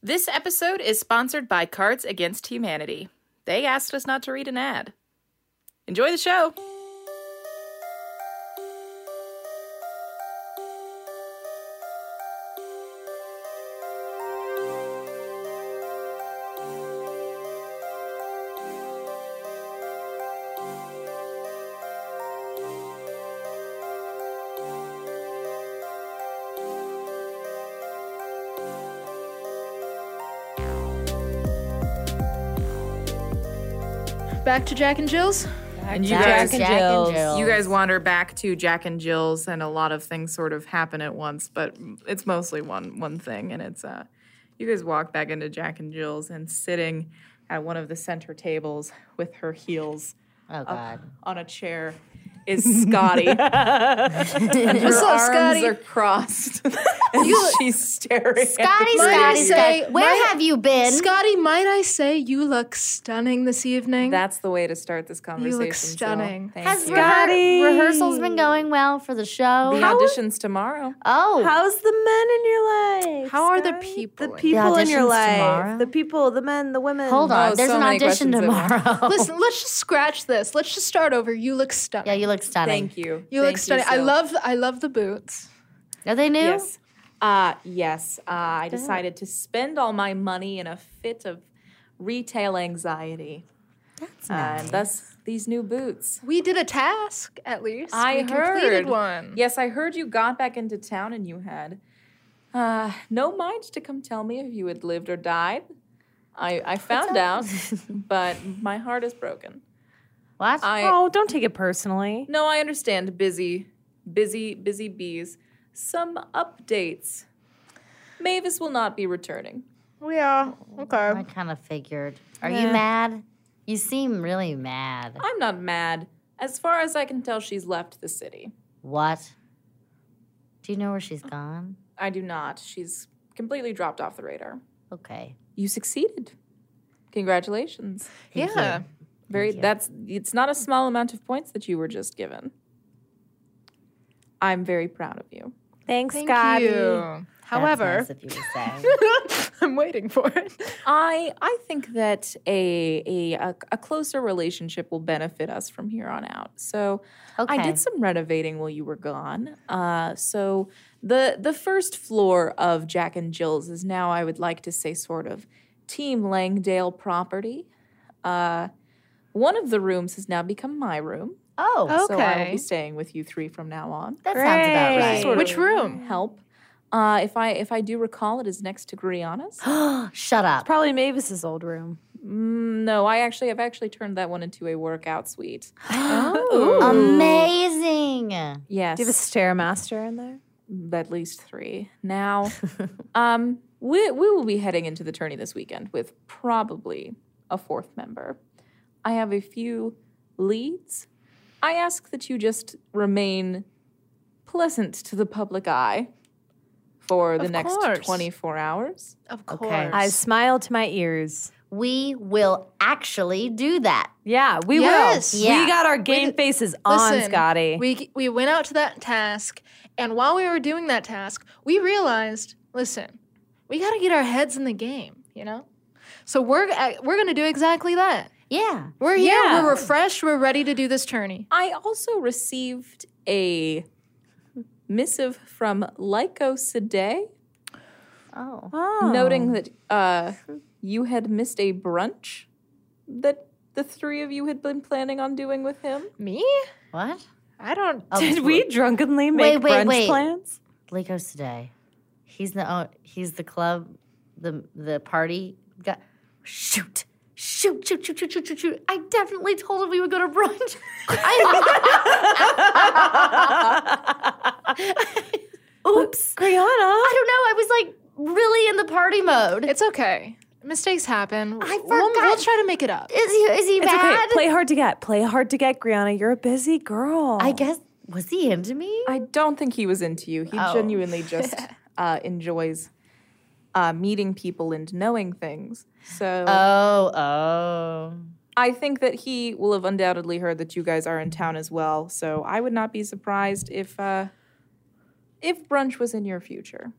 This episode is sponsored by Cards Against Humanity. They asked us not to read an ad. Enjoy the show. Back to Jack and Jill's. And you Jack guys, and Jill's. you guys wander back to Jack and Jill's, and a lot of things sort of happen at once, but it's mostly one one thing. And it's uh, you guys walk back into Jack and Jill's, and sitting at one of the center tables with her heels Oh up God. on a chair is Scotty. and her What's up, arms Scotty? are crossed, and she's staring. Scotty, Might I Scotty, say- Scotty, where might- have you been? Scotty, might I say you look stunning this evening? That's the way to start this conversation. Jill. stunning. Thank Has you. Scotty. rehearsal's been going well for the the show? auditions tomorrow. oh, How's the men in your life? How are the Scotty? people? The people in your audition's life. tomorrow? The people, the men, the women. hold Oh, on. There's so an many audition questions in one. tomorrow. Listen, let's just scratch this. Let's just start over. You look stunning. yeah, you look stunning. Thank you. You Thank look stunning. I Sil. love I love the boots. Are they new? Yes. Uh, yes. Uh, I decided to spend all my money in a fit of retail anxiety. That's Uh, nice. and thus, these new boots. We did a task at least. I we completed heard. one. Yes, I heard you got back into town and you had uh, no mind to come tell me if you had lived or died. I, I found out, but my heart is broken. what? I, Oh, don't take it personally. No, I understand. Busy, busy, busy bees. Some updates. Mavis will not be returning. We are. I Okay. kind of figured. Are you mad? You seem really mad. I'm not mad. As far as I can tell, she's left the city. What? Do you know where she's gone? I do not. She's completely dropped off the radar. Okay. You succeeded. Congratulations. Thank you. yeah. Very you. that's it's not a small amount of points that you were just given. I'm very proud of you. Thanks, Thank Scotty. you. That's However, nice of you to say. I'm waiting for it. I I think that a a a- a closer relationship will benefit us from here on out. So Okay. I did some renovating while you were gone. Uh, so the the first floor of Jack and Jill's is now I would like to say sort of Team Langdale property. Uh, one of the rooms has now become my room, oh, so I will Okay. be staying with you three from now on. that sounds about Great. right. Sort Which of room? Help. Uh, if I if I do recall, it is next to Griana's. Shut up. Probably Mavis's old room. Mm, no, I actually I've actually turned that one into a workout suite. Amazing. Yes, Oh. Do you have a stairmaster in there? at least three now. um, we we will be heading into the tourney this weekend with probably a fourth member. I have a few leads. I ask that you just remain pleasant to the public eye for the Of next course. twenty four hours. Of course. Okay. I smile to my ears. We will actually do that. Yeah, we Yes. will. Yeah. We got our game We- faces on, Listen, Scotty. We we went out to that task, and while we were doing that task, we realized, listen, we got to get our heads in the game, you know. So we're uh, we're gonna do exactly that. Yeah. We're here. Yeah. We're refreshed. We're ready to do this tourney. I also received a missive from Lyco Sade. Oh. oh. noting that uh, you had missed a brunch that the three of you had been planning on doing with him. Me? What? I don't. Did we drunkenly make wait, brunch wait. plans? Lakers today. He's the own, he's the club, the the party guy. Shoot. Shoot, shoot, shoot, shoot, shoot, shoot, shoot. I definitely told him we would go to brunch. I, Oops. Griana. I don't know. I was like really in the party mode. It's okay. Mistakes happen. I We'll, forgot- we'll try to make it up. is he is he It's okay. bad? Play hard to get. Play hard to get, Griana. You're a busy girl. I guess was he into me? I don't think he was into you. He Oh. genuinely just uh, enjoys uh, meeting people and knowing things. So Oh, oh. I think that he will have undoubtedly heard that you guys are in town as well. So I would not be surprised if uh, if brunch was in your future.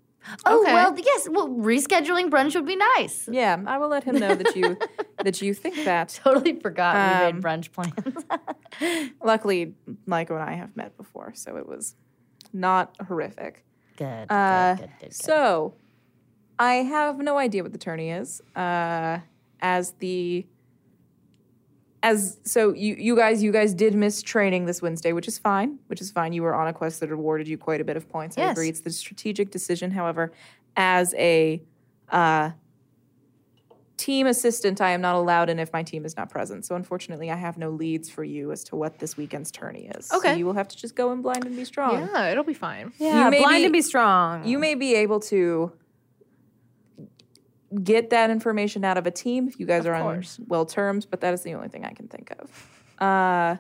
Oh Okay. well, yes. Well, rescheduling brunch would be nice. Yeah, I will let him know that you that you think that. Totally forgot we Um, made brunch plans. Luckily, Michael and I have met before, so it was not horrific. good, uh, good, good, good, good. So, I have no idea what the tourney is. Uh, as the as so you you guys you guys did miss training this Wednesday, which is fine, which is fine. You were on a quest that awarded you quite a bit of points. I Yes. agree. It's the strategic decision. However, as a uh, team assistant, I am not allowed in if my team is not present. So unfortunately, I have no leads for you as to what this weekend's tourney is. So Okay. you will have to just go in blind and be strong. Yeah, it'll be fine. Yeah, You may blind be- and be strong. You may be able to get that information out of a team if you guys Of are course. on well terms, but that is the only thing I can think of. Uh,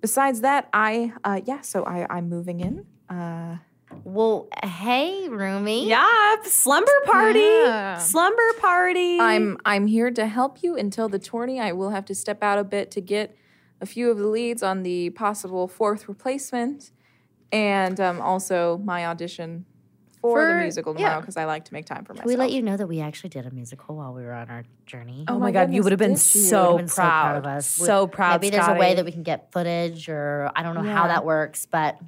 besides that, I uh, yeah, so I I'm moving in. Uh, well, hey, roomie. Yep, slumber party. Yeah. Slumber party. I'm I'm here to help you until the tourney. I will have to step out a bit to get a few of the leads on the possible fourth replacement, and um, also my audition for, the For- musical yeah. tomorrow because I like to make time for myself. Can we let you know that we actually did a musical while we were on our journey? Oh, Oh my my god, you goodness, would have been did you? so Would've been so proud proud. of us. So proud. Maybe there's a way Scotty. that we can get footage, or I don't know Yeah. how that works, but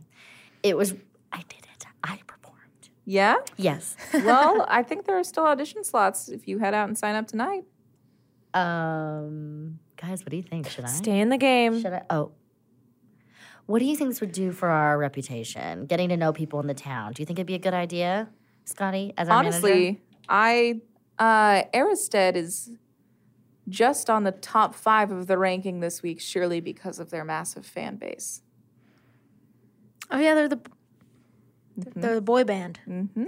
it was. I did it. I performed. Yeah. Yes. well, I think there are still audition slots if you head out and sign up tonight. Um, guys, what do you think? Should I? Stay in the game. Should I? Oh. What do you think this would do for our reputation? Getting to know people in the town. Do you think it'd be a good idea, Scotty? As our manager? Honestly, I uh Aristed is just on the top five of the ranking this week, surely because of their massive fan base. Oh yeah, they're the they're the boy band. Mm-hmm.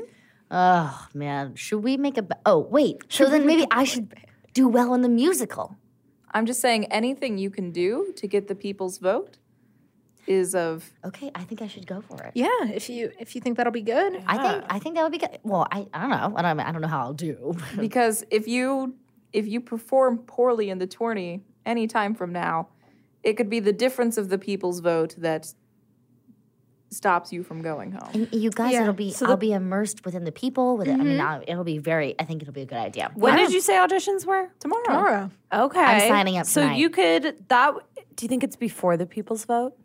Oh man, should we make a? b- Oh wait, so then maybe I should do well in the musical. I'm just saying anything you can do to get the people's vote is of Okay, I think I should go for it. Yeah, if you if you think that'll be good. I think I think that would be good. Well, I, I don't know. I don't I don't know how I'll do. because if you if you perform poorly in the tourney any time from now, it could be the difference of the people's vote that stops you from going home. And you guys, Yeah, it'll be so I'll the- Mm-hmm. be immersed within the people. With it. I mean, I'll, it'll be very. I think it'll be a good idea. When did you say auditions were? Tomorrow. Tomorrow. Okay. signing up So tonight. you could that do you think it's before the people's vote?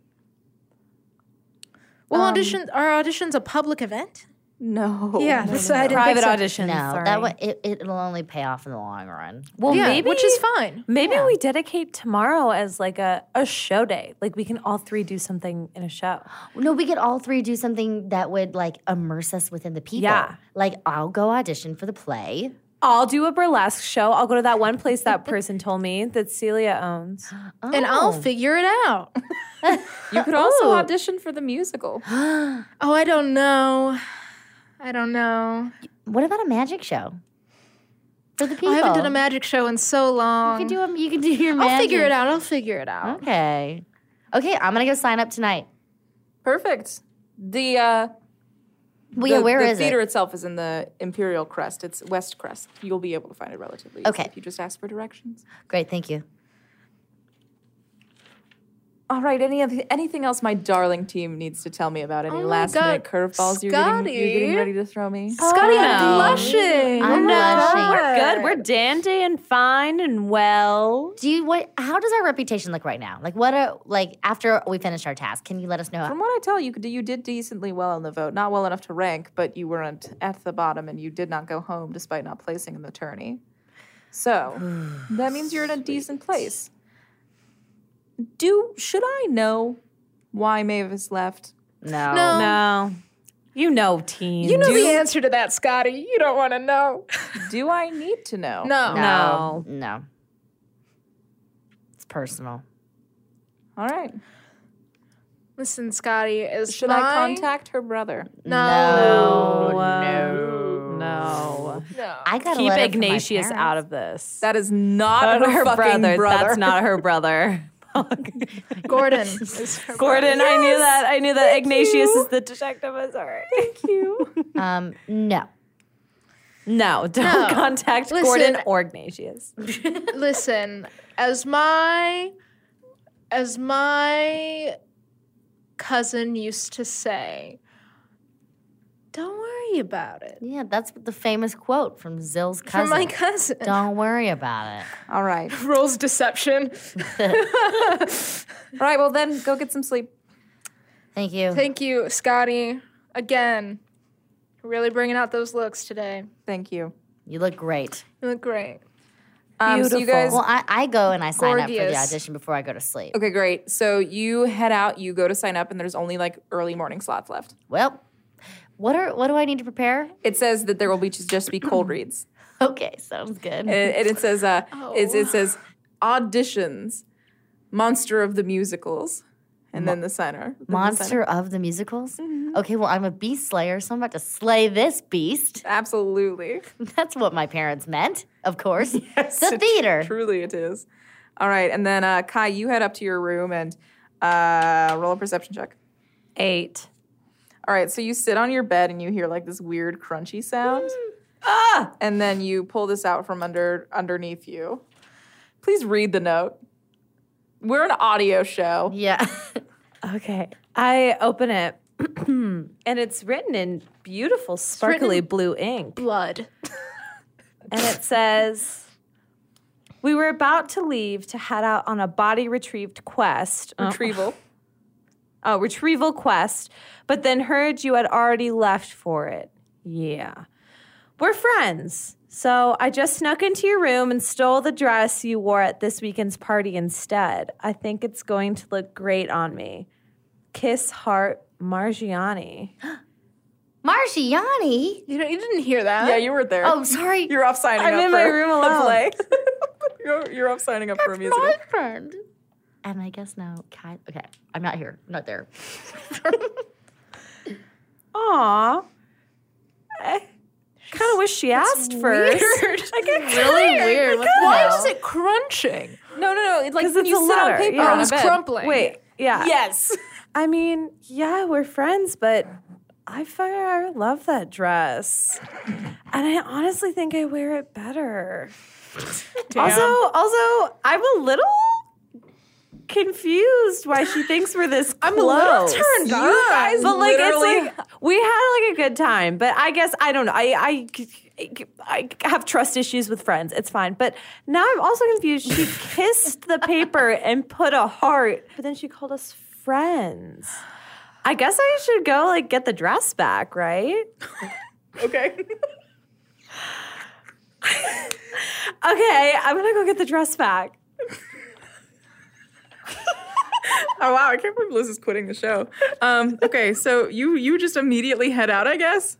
Well, audition our audition's a public event. No. Yeah, so I didn't Private think so. auditions. no, sorry. that way it, it'll only pay off in the long run. Well, yeah, maybe which is fine. Maybe we dedicate tomorrow as like a, a show day. Like we can all three do something in a show. No, we could all three do something that would like immerse us within the people. Yeah. Like I'll go audition for the play. I'll do a burlesque show. I'll go to that one place that person told me that Celia owns. And I'll Oh. figure it out. You could also Ooh. audition for the musical. Oh, I don't know. I don't know. What about a magic show? For the people. Oh, I haven't done a magic show in so long. You can do a, you can do your magic. I'll figure it out. I'll figure it out. Okay. Okay, I'm gonna go sign up tonight. Perfect. The uh Well, yeah, the, where the is theater it? itself is in the Imperial Crest. It's West Crest. You'll be able to find it relatively easy Okay. if you just ask for directions. Great, thank you. All right. Any of anything else my darling team needs to tell me about? Any Oh my last minute God, curveballs you're getting, you're getting Scotty. ready to throw me? Scotty, I'm Oh, no. blushing. I'm Oh my blushing. God. We're good. We're dandy and fine and well. Do you what how does our reputation look right now? Like what are like after we finished our task, can you let us know? From what I tell you, you did decently well in the vote. Not well enough to rank, but you weren't at the bottom, and you did not go home despite not placing in the tourney. So that means you're in a decent place. Do should I know why Mavis left? No. No. No. You know team. You know the answer to that, Scotty. You don't want to know. Do I need to know? No. No. No. It's personal. All right. Listen, Scotty, is Should I my- contact her brother? No. Oh, No. No. No. I gotta Keep let it from my Ignatius parents. out of this. That is not her, her fucking brother. brother. That's not her brother. Gordon. is her Gordon, I knew that. I knew that Ignatius is the detective. I'm sorry. Thank you. Um, no. No, don't No. contact Listen- Gordon or Ignatius. brother. Listen, as my as my cousin used to say, don't worry, worry about it. Yeah, that's the famous quote from Zill's cousin. From my cousin. Don't worry about it. All right. Rolls deception. All right. Well, then go get some sleep. Thank you. Thank you, Scotty. Again, really bringing out those looks today. Thank you. you look great. You look great. Um, so you Beautiful. guys. Well, I, I go and I sign up for the Gorgeous. audition before I go to sleep. Okay, great. So you head out, you go to sign up, and there's only like early morning slots left. Well, what are what do I need to prepare? It says that there will be just, just be cold reads, Okay, sounds good. and, and it says uh, it's- it, says auditions, monster of the musicals, and then the center. then the Mm-hmm. center. Monster of the musicals. Okay, well I'm a beast slayer, so I'm about to slay this beast. Absolutely, That's what my parents meant, of course. Yes, the it theater. truly it is. All right, and then uh, Kai, you head up to your room and uh, roll a perception check. Eight. All right, so you sit on your bed and you hear like this weird crunchy sound. Ah! And then you pull this out from under underneath you. Please read the note. We're an audio show. Yeah. Okay. I open it, and it's written in beautiful, sparkly blue ink. Blood. And it says, We were about to leave to head out on a body retrieved quest. Oh, Retrieval. oh, retrieval quest, but then heard you had already left for it. Yeah. We're friends. So I just snuck into your room and stole the dress you wore at this weekend's party instead. I think it's going to look great on me. Kiss heart Margiani. Marciani. You know, you didn't hear that. Yeah, you were there. Oh, sorry. You're off signing I'm up in my for room a alone. play. you're, you're off signing up for a musical. friend. And I guess now, Kai. Okay, I'm not here. I'm not there. Aw. I kind of wish she asked first. I get really weird. What the Why hell? is it crunching? No, no, no. It's like 'Cause when it's you a sit letter, on paper yeah. on It a was bed. Crumpling. Wait, yeah. Yes. I mean, yeah, we're friends, but I figure I love that dress. And I honestly think I wear it better. Also, also, I'm a little confused why she thinks we're this close. I'm a little turned You on. guys But like, literally- it's like we had like a good time. But I guess I don't know. I I I have trust issues with friends. It's fine. But now I'm also confused. She kissed the paper and put a heart, but then she called us friends. I guess I should go like get the dress back, right? okay. Okay, I'm gonna go get the dress back. Oh wow, I can't believe Liz is quitting the show. Um, okay, so you you just immediately head out, I guess.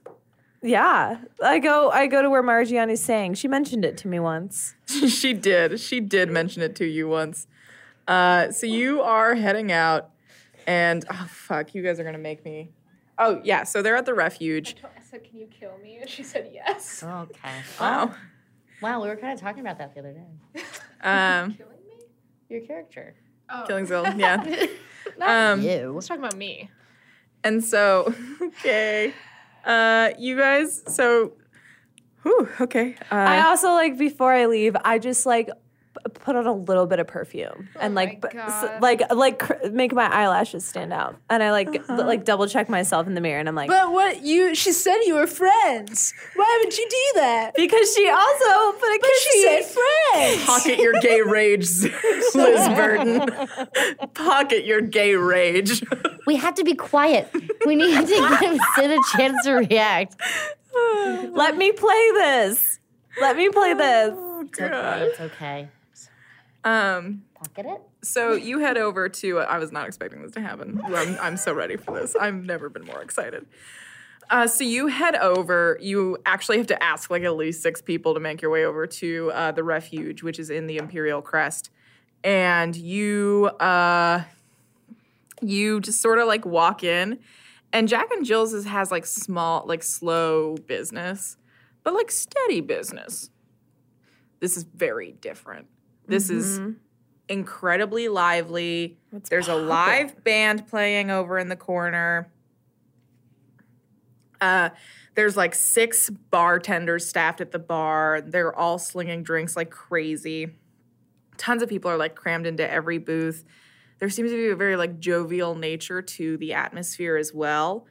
Yeah, I go. I go to where Margiani's saying. She mentioned it to me once. she did. She did mention it to you once. Uh, so you are heading out, and oh fuck, you guys are gonna make me. Oh yeah, so they're at the refuge. I said, "Can you kill me?" And she said, "Yes." Okay. Wow. Wow, we were kind of talking about that the other day. Um, Killing me? Your character. Oh. killing Bill. Yeah. Um, you. let's talk about me. And so okay, uh, you guys. So, whew, okay. Uh, I Uh-huh. also like before I leave, I just like p- put on a little bit of perfume and like Oh my b- s- God. like like cr- make my eyelashes stand out, and I like l- like double check myself in the mirror, and I'm like. Uh-huh. But what you? She said you were friends. Why would you do that? because she also put a She said kissy. friends. Pocket your gay rage, Liz Burton. Pocket your gay rage. We have to be quiet. We need to give Sid a chance to react. Oh, Let me play this. Let me play this. Oh. It's okay. It's okay. Um, Pocket it. so you head over to. uh, I was not expecting this to happen. I'm, I'm so ready for this. I've never been more excited. Uh, so you head over. You actually have to ask like at least six people to make your way over to uh, the refuge, which is in the Imperial Crest, and you uh, you just sort of like walk in, and Jack and Jill's is, has like small, like slow business, but like steady business. This is very different. This Mm-hmm. is incredibly lively. There's a live band playing over in the corner. Uh, there's like six bartenders staffed at the bar. They're all slinging drinks like crazy. Tons of people are like crammed into every booth. There seems to be a very like jovial nature to the atmosphere as well.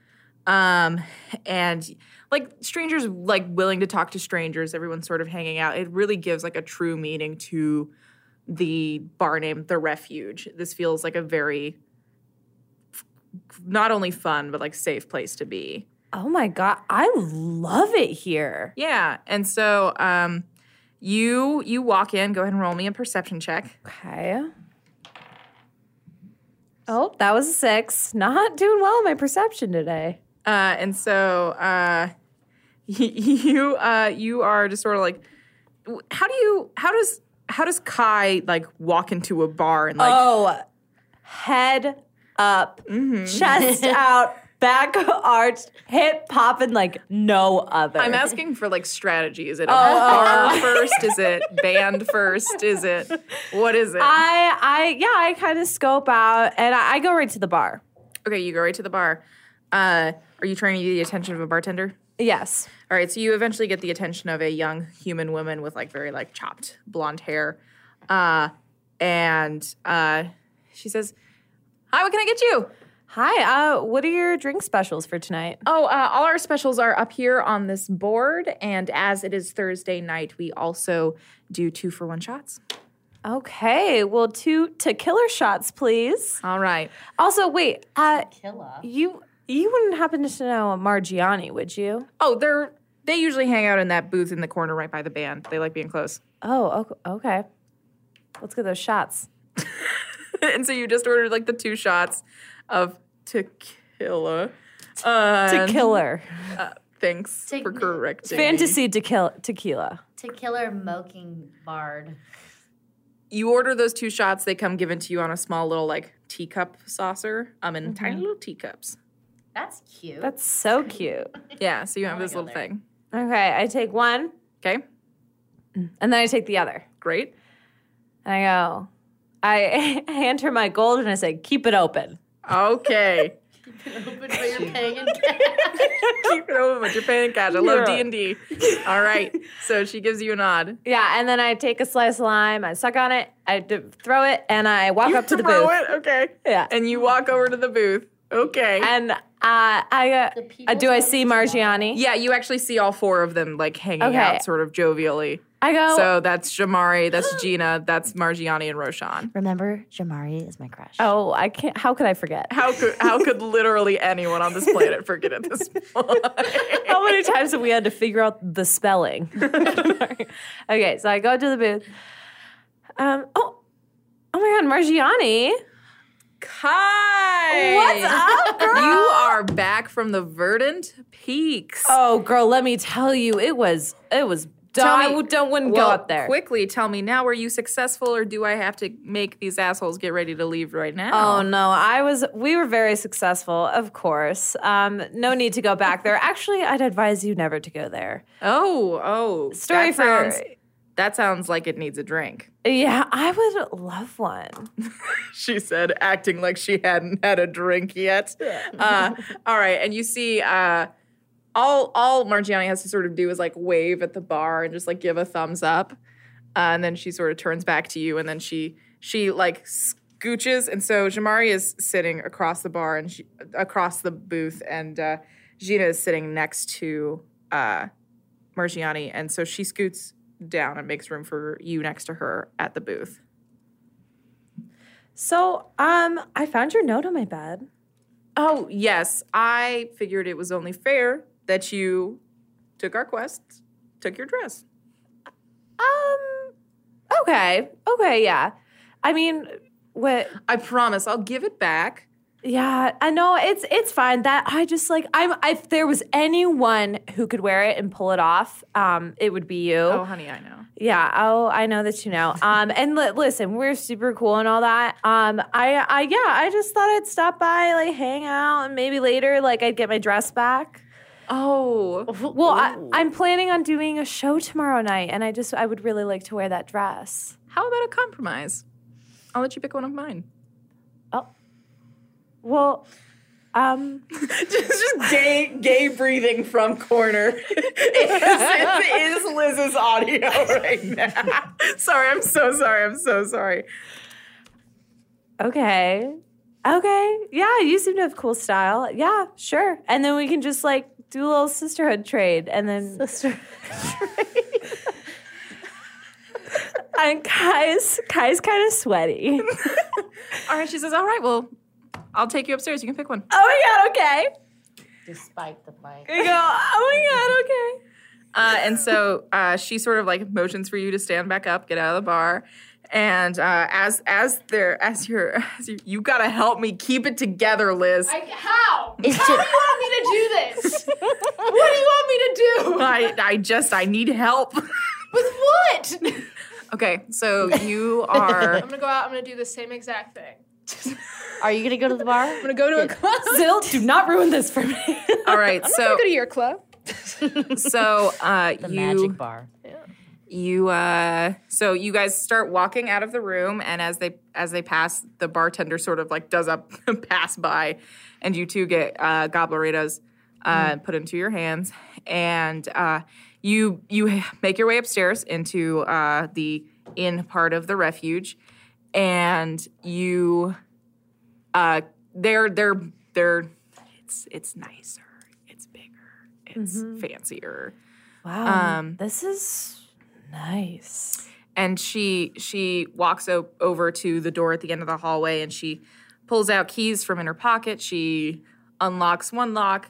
Um, and like strangers like willing to talk to strangers, everyone's sort of hanging out. It really gives like a true meaning to the bar name The Refuge. This feels like a very not only fun but like safe place to be. Oh my god, I love it here. Yeah. And so um you you walk in, go ahead and roll me a perception check. Okay. Oh, that was a six. Not doing well in my perception today. Uh, and so uh, you uh, you are just sort of like, w- how do you how does how does Kai like walk into a bar and like oh, head up, chest out, back arched, hip popping like no other. I'm asking for like strategy. Oh. Is it a bar first? Is it band first? Is it what is it? I, I, yeah, I kind of scope out and I, I go right to the bar. okay, you go right to the bar. Uh, are you trying to get the attention of a bartender? Yes. All right, so you eventually get the attention of a young human woman with like very like chopped blonde hair, uh, and uh, she says, "Hi, what can I get you?" Hi. Uh, what are your drink specials for tonight? Oh, uh, all our specials are up here on this board, and as it is Thursday night, we also do two for one shots. Okay. Well, two tequila shots, please. All right, Also, wait. Uh, Killa. you, you wouldn't happen to know a Margiani, would you? Oh, they're they usually hang out in that booth in the corner right by the band. They like being close. Oh, o- okay. Let's get those shots. and so you just ordered like the two shots of tequila. Uh, To killer. Thanks Te- for correcting. Fantasy tequila. tequila. To Killer Mocking Bard. You order those two shots. They come given to you on a small little like teacup saucer. Um, in tiny little teacups. That's cute. That's so cute. Yeah. So you have this my little God, thing. Okay, I take one Okay. and then I take the other. Great. And I go, I hand her my gold and I say, keep it open. Okay. Open for your paying in cash. Keep it open with your pan and cash. I love D Yeah. and D. All right. So she gives you a nod. Yeah, and then I take a slice of lime, I suck on it, I d- throw it, and I walk up to the Throw booth. it. Okay. Yeah. And you walk over to the booth. Okay. And uh, I The uh, people do I don't see smile. Margiani? yeah, you actually see all four of them like hanging Okay. Oh. out sort of jovially. I go, So that's Jamari, that's Gina, that's Margiani and Roshan. Remember, Jamari is my crush. oh, I can't, how could I forget? How could how could literally anyone on this planet forget at this point? How many times have we had to figure out the spelling? okay, so I go to the booth. Um, oh, oh my God, Margiani. Kai! What's up, girl? You are back from the verdant peaks. Oh, girl, let me tell you, it was, it was, I me- w- don't, wouldn't Well, go up there. Quickly tell me now, were you successful or do I have to make these assholes get ready to leave right now? Oh no, I was. We were very successful, of course. Um, no need to go back there. Actually, I'd advise you never to go there. Oh, oh. Story that for sounds, that sounds like it needs a drink. yeah, I would love one. she said, acting like she hadn't had a drink yet. Uh, all right, and you see, uh, all all Margiani has to sort of do is like wave at the bar and just like give a thumbs up, uh, and then she sort of turns back to you, and then she she like scooches, and so Jamari is sitting across the bar and she, across the booth, and uh, Gina is sitting next to uh, Margiani, and so she scoots down and makes room for you next to her at the booth. So, um, I found your note on my bed. Oh, yes. I figured it was only fair that you took our quest, took your dress. Um, okay, okay, yeah. I mean, what? I promise I'll give it back. Yeah, I know it's it's fine. That I just like I'm. If there was anyone who could wear it and pull it off, um, it would be you. Oh, honey, I know. Yeah. Oh, I know that you know. Um, and li- listen, we're super cool and all that. Um, I, I, yeah, I just thought I'd stop by, like, hang out, and maybe later, like, I'd get my dress back. Oh, Well, I, I'm planning on doing a show tomorrow night, and I just, I would really like to wear that dress. how about a compromise? I'll let you pick one of mine. Well, um, just, just gay, gay breathing from corner. is, it is Liz's audio right now. sorry, I'm so sorry. I'm so sorry. okay. Okay. Yeah, you seem to have cool style. Yeah, sure. And then we can just like do a little sisterhood trade and then sisterhood trade. and Kai's Kai's kind of sweaty. All right, she says, All right, well, I'll take you upstairs. You can pick one. oh my god, okay. Despite the mic. You go, oh my god, okay. Uh, and so uh, she sort of like motions for you to stand back up, get out of the bar, and uh, as as there as you're as you, you gotta help me keep it together, Liz. I, how? It's how do just, you want me to do this? what do you want me to do? I, just I need help. With what? okay, so you are. I'm gonna go out. I'm gonna do the same exact thing. Oh. are you gonna go to the bar? I'm gonna go to a club. Zill, do not ruin this for me. All right, so go to your club. so uh, the you magic bar. you uh, so you guys start walking out of the room, and as they as they pass, the bartender sort of like does a pass by, and you two get uh, gobleritas uh, put into your hands, and uh, you you make your way upstairs into uh, the inn part of the refuge, and you uh, they're they're they're it's it's nicer, it's bigger, it's fancier. Wow. Um, this is nice. and she she walks o- over to the door at the end of the hallway and she pulls out keys from in her pocket she unlocks one lock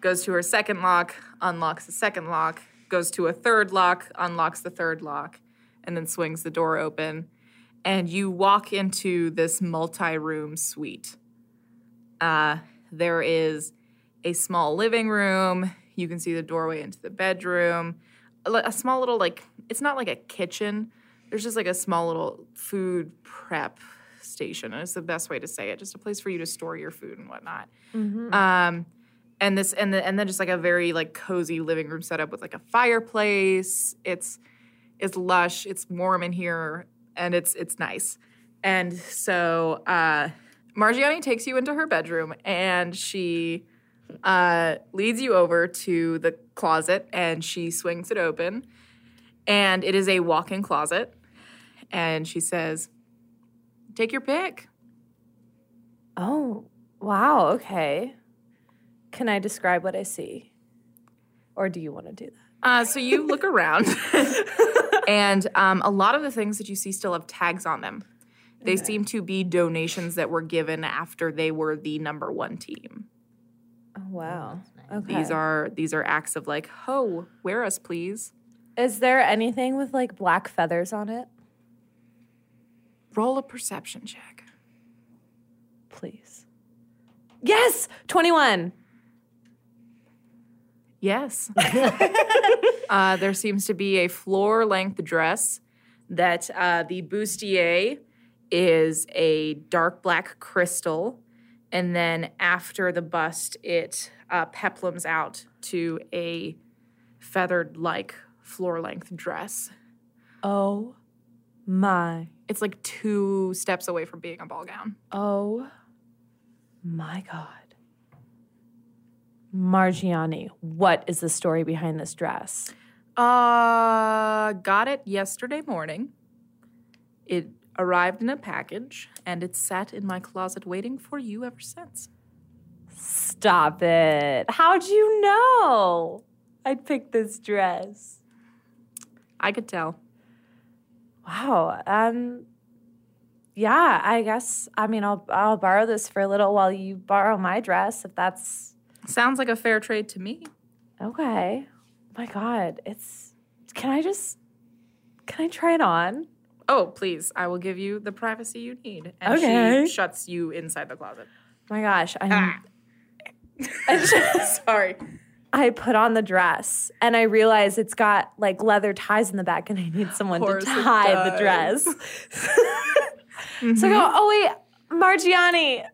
goes to her second lock unlocks the second lock goes to a third lock unlocks the third lock and then swings the door open and you walk into this multi-room suite uh, there is a small living room you can see the doorway into the bedroom a li- a small little like it's not like a kitchen. There's just like a small little food prep station. And it's the best way to say it. Just a place for you to store your food and whatnot. Um, and this and the, and then just like a very like cozy living room setup with like a fireplace. It's it's lush. It's warm in here, and it's it's nice. And so uh, Margiani takes you into her bedroom, and she uh, leads you over to the closet and she swings it open. And it is a walk in closet. And she says, Take your pick. Oh, wow. Okay. Can I describe what I see? Or do you want to do that? Uh, so you look around, and um, a lot of the things that you see still have tags on them. They seem to be donations that were given after they were the number one team. Oh, wow. Okay. These are these are acts of like, ho, wear us, please. Is there anything with like black feathers on it? Roll a perception check. Please. Yes, 21. Yes. uh, there seems to be a floor length dress that uh, the bustier is a dark black crystal. And then after the bust, it uh, peplums out to a feathered like floor length dress. Oh my. It's like two steps away from being a ball gown. Oh my God. Margiani, what is the story behind this dress? Uh, got it yesterday morning. It arrived in a package, and it's sat in my closet waiting for you ever since. Stop it. How'd you know? I picked this dress. I could tell. Wow. Um yeah, I guess I mean I'll I'll borrow this for a little while you borrow my dress if that's Sounds like a fair trade to me. okay. My god, it's can I just can I try it on? Oh, please, I will give you the privacy you need. And Okay. she shuts you inside the closet. My gosh, I'm Ah. I just Sorry. I put on the dress and I realize it's got like leather ties in the back and I need someone to course it tie the does. Mm-hmm. dress. So I go, oh wait, Margiani,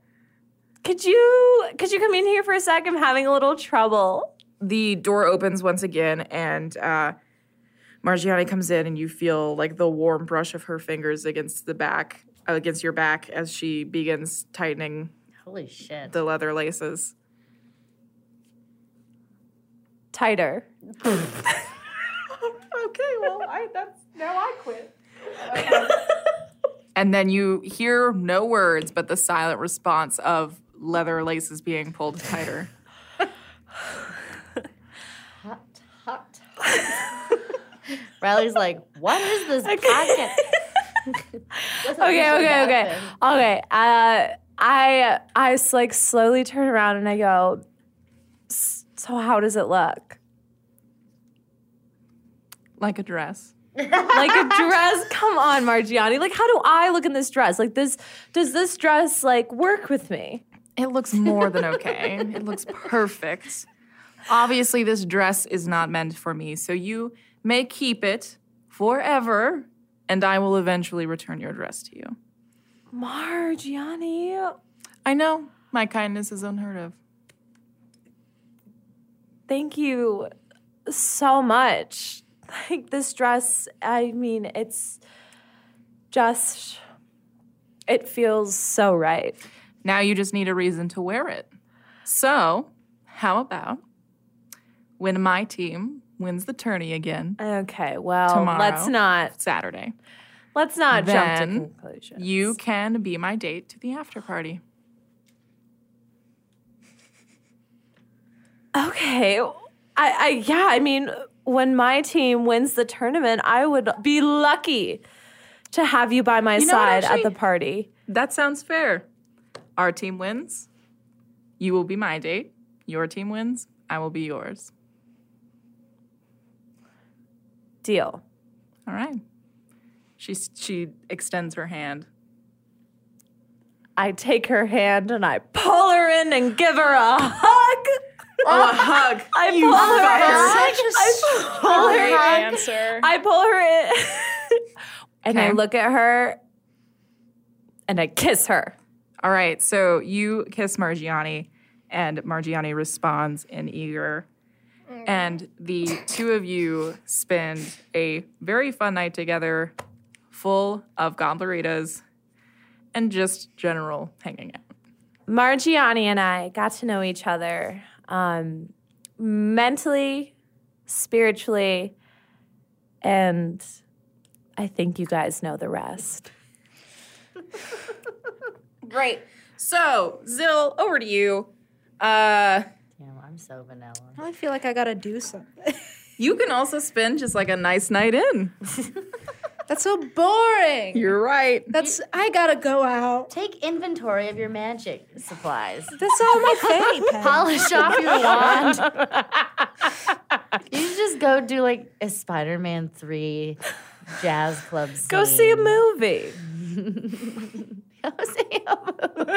could you could you come in here for a sec? I'm having a little trouble. The door opens once again, and uh, Margiani comes in, and you feel like the warm brush of her fingers against the back, uh, against your back, as she begins tightening Holy shit. the leather laces. Tighter. Okay, well, I that's now I quit. And then you hear no words but the silent response of leather laces being pulled tighter. Hot, hot, hot. Riley's like, what is this podcast? What's up, okay, Mr. okay, okay, Dolphin? okay. Uh, I I s- like slowly turn around and I go. "S- So how does it look? Like a dress. Like a dress? Come on, Margiani. Like how do I look in this dress? Like this? Does this dress like work with me? It looks more than okay. it looks perfect. Obviously, this dress is not meant for me, so you may keep it forever, and I will eventually return your dress to you. Margiani, I know my kindness is unheard of. thank you so much. Like this dress, I mean, it's just it feels so right. Now you just need a reason to wear it. So, how about when my team wins the tourney again Okay, well, Tomorrow. let's not Saturday? let's not jump to Then conclusions. You can be my date to the after party. Okay. I, I yeah, I mean, when my team wins the tournament, I would be lucky to have you by my You know what, side actually- at the party. That sounds fair. Our team wins. You will be my date. Your team wins. I will be yours. Deal. All right. She s- she extends her hand. I take her hand and I pull her in and give her a hug. Oh, a hug. Oh I pull her in. Such a I pull her Great in. answer. I pull her in. and I Okay. look at her and I kiss her. All right. So you kiss Margiani, and Margiani responds in eager. And the two of you spend a very fun night together, full of gobleritas and just general hanging out. Margiani and I got to know each other um, mentally, spiritually, and I think you guys know the rest. Great. So, Zill, over to you. Uh, Damn, I'm so vanilla. I feel like I gotta do something. you can also spend just like a nice night in. That's so boring. You're right. That's I gotta go out. Take inventory of your magic supplies. That's all my fanny pack. Polish off your wand. you should just go do like a Spider Man 3 jazz club scene. Go see a movie. Go see a movie.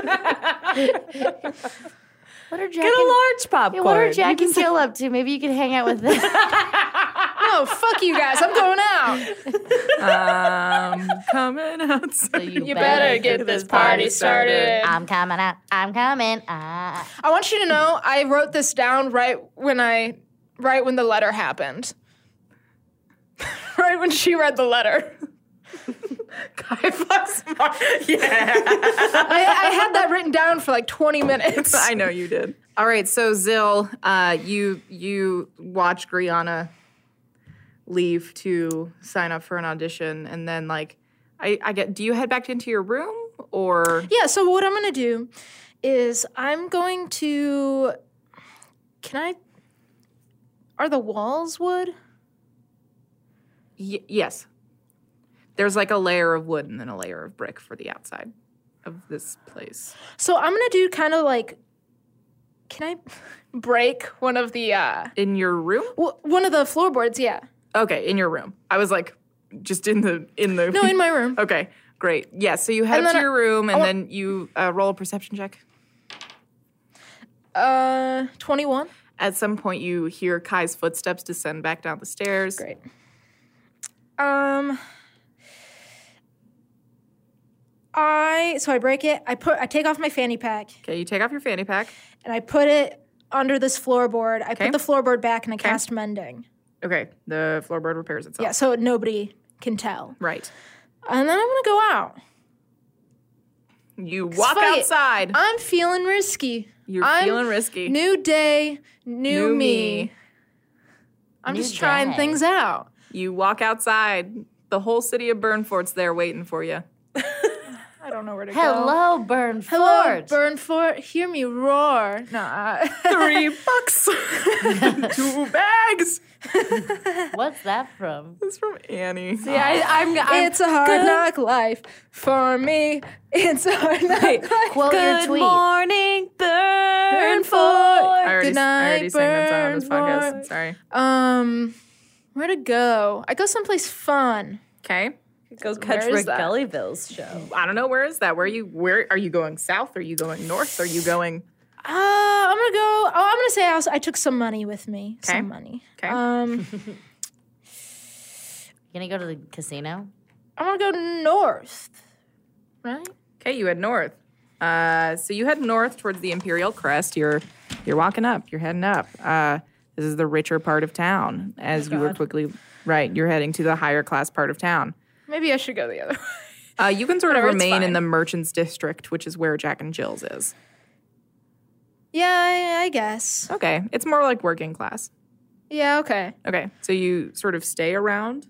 what are Jack Get a and, large popcorn. yeah, what are Jack and Jill up to? Maybe you could hang out with them. No, Oh, fuck you guys. I'm going out. um, coming out. So soon. You better get this party started. I'm coming out. I'm coming out. I want you to know I wrote this down right when I right when the letter happened. right when she read the letter. Guy fucks Mar- Yeah. I, I had that written down for like 20 minutes. I know you did. All right, so Zill, uh, you you watch Griana leave to sign up for an audition, and then like, I, I get. Do you head back into your room or? Yeah, so what I'm gonna do is I'm going to can I are the walls wood? Y- yes. There's like a layer of wood and then a layer of brick for the outside of this place. So I'm gonna do kind of like can I break one of the uh In your room? w- one of the floorboards, yeah. Okay, in your room. I was like, just in the in the. No, in my room. okay, great. Yeah, so you head And up to then I- your room and wa- then you uh, roll a perception check. Uh 21. At some point, you hear Kai's footsteps descend back down the stairs. Great. Um I so I break it. I put I take off my fanny pack Okay, you take off your fanny pack. and I put it under this floorboard. I Okay. put the floorboard back and I cast mending. Okay, the floorboard repairs itself. Yeah, so nobody can tell. Right. And then I'm gonna go out. You walk fuck it. outside. I'm feeling risky. You're I'm feeling risky. New day, new, New me. me. I'm New just trying day. things out. You walk outside. The whole city of Burnfort's there waiting for you. I don't know where to go. Hello, Burn Hello, Ford. Burn Ford. Hear me roar. No, I- Three bucks, two bags. What's that from? It's from Annie. See, I, I'm, I'm it's a hard knock life for me. It's a hard knock life. Quote your Good tweet. morning, burn Oh, I for already, Good I already night, sang that song on burn this podcast. Sorry. Um, where to go? I go someplace fun. Okay. Go catch Where is Rick that? Bellyville's show. I don't know where is that. Where are you? Where are you going? South? Are you going north? Are you going? Uh, I'm gonna go. Oh, I'm gonna say I, was, I took some money with me. Okay. Some money. Okay. Um, You gonna go to the casino? I'm gonna go north. Right. Okay, you head north. Uh, so you head north towards the Imperial Crest. You're you're walking up. You're heading up. Uh, this is the richer part of town. Oh, As you were quickly right, you're heading to the higher class part of town. Maybe I should go the other way. Uh, you can sort Whatever, of Oh, it's remain in fine. the merchants district, which is where Jack and Jill's is. Yeah, I, I guess. Okay, it's more like working class. Yeah. Okay. Okay, so you sort of stay around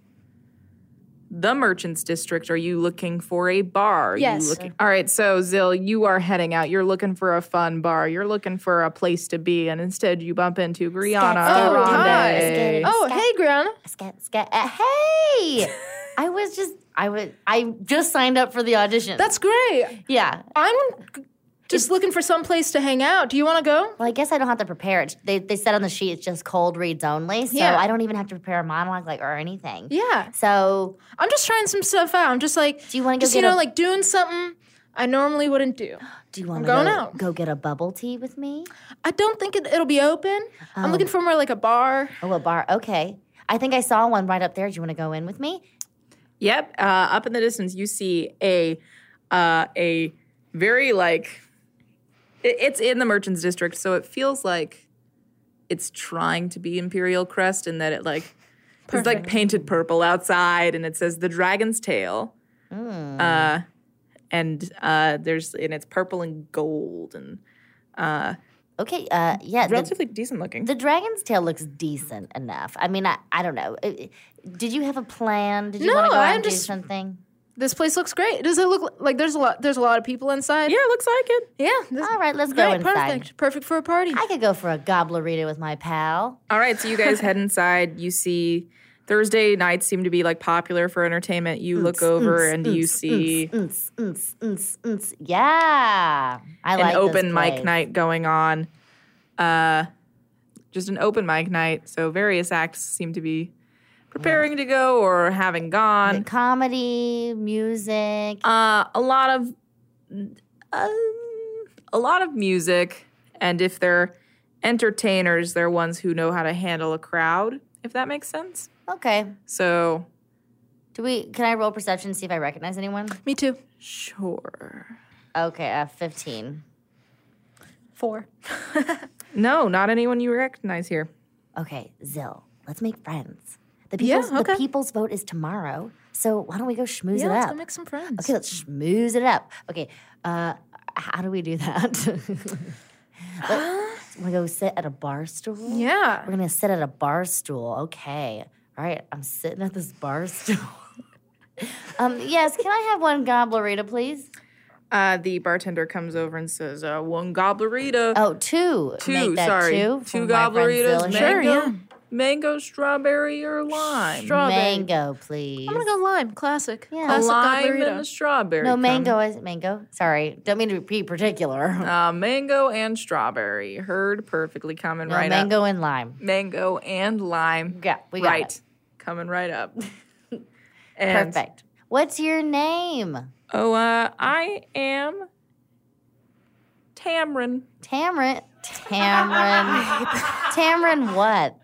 the merchants district. Are you looking for a bar? Are you Yes. looking- all right, so Zill, you are heading out. You're looking for a fun bar. You're looking for a place to be, and instead you bump into Griana. Oh, hi. Grande. Scat, Oh, scat, hey, Grana. Scat, scat. Uh, hey! I was just, I was, I just signed up for the audition. That's great. yeah. I'm just looking for some place to hang out. Do you want to go? Well, I guess I don't have to prepare it. They, they said on the sheet it's just cold reads only, so Yeah. I don't even have to prepare a monologue like or anything. Yeah. So, I'm just trying some stuff out. I'm just like, do you want to go just get you know, a, like doing something I normally wouldn't do. do you want to going go, out. go get a bubble tea with me? I don't think it, it'll be open. I'm Oh. looking for more like a bar. Oh, a bar. Okay. I think I saw one right up there. Do you want to go in with me? Yep. Uh, up in the distance, you see a uh, a very like it- it's in the merchants district, so it feels like it's trying to be Imperial Crest, and that it like it's like painted purple outside, and it says the Dragon's Tail. Uh, and uh, there's and it's purple and gold and uh, Okay. Uh, yeah. The, relatively decent looking. the dragon's tail looks decent enough. I mean, I, I don't know. Uh, uh, Did you have a plan? Did you No, want to go out I'm and just- do something? This place looks great. Does it look li- like there's a lot? There's a lot of people inside. yeah, it looks like it. Yeah. This, All right, let's go great. inside. Perfect. Perfect for a party. I could go for a gobblerita with my pal. All right, so you guys head inside. You see Thursday nights seem to be like popular for entertainment. You look over and you see Unts, unts, unts, unts. Yeah, I an like this open mic place. night going on. Uh, just an open mic night. So various acts seem to be preparing to go or having gone. Comedy, music. Uh, a lot of um, a lot of music, and if they're entertainers, they're ones who know how to handle a crowd. If that makes sense. Okay. So Do we? Can I roll perception see if I recognize anyone? Me too. sure. Okay, uh, fifteen. Four. No, not anyone you recognize here. Okay, Zill, let's make friends. The people's, okay. the people's vote is tomorrow, so why don't we go schmooze Yeah, it let's up? go make some friends. okay, let's schmooze it up. Okay, uh, how do we do that? we go sit at a bar stool. Uh. Yeah. We're gonna sit at a bar stool. Okay. All right. I'm sitting at this bar stool. um, yes. Can I have one gobblerita, please? Uh, the bartender comes over and says, uh, "One gobblerita, Oh, two. two, Make that sorry, Two, for two my friend gobberitas, Zillish. mango, mango, strawberry, or lime. Mango, please. I'm gonna go lime. Classic. Yeah. A Classic lime gobblerita. and a strawberry. no, come- mango is mango. Sorry. Don't mean to be particular. Uh, mango and strawberry. Heard perfectly. Coming No, right up. mango and lime. Mango and lime. Yeah, we got right. it. Coming right up. And- Perfect. What's your name? Oh, uh, I am Tamron. Tamron. Tamron. Tamron what?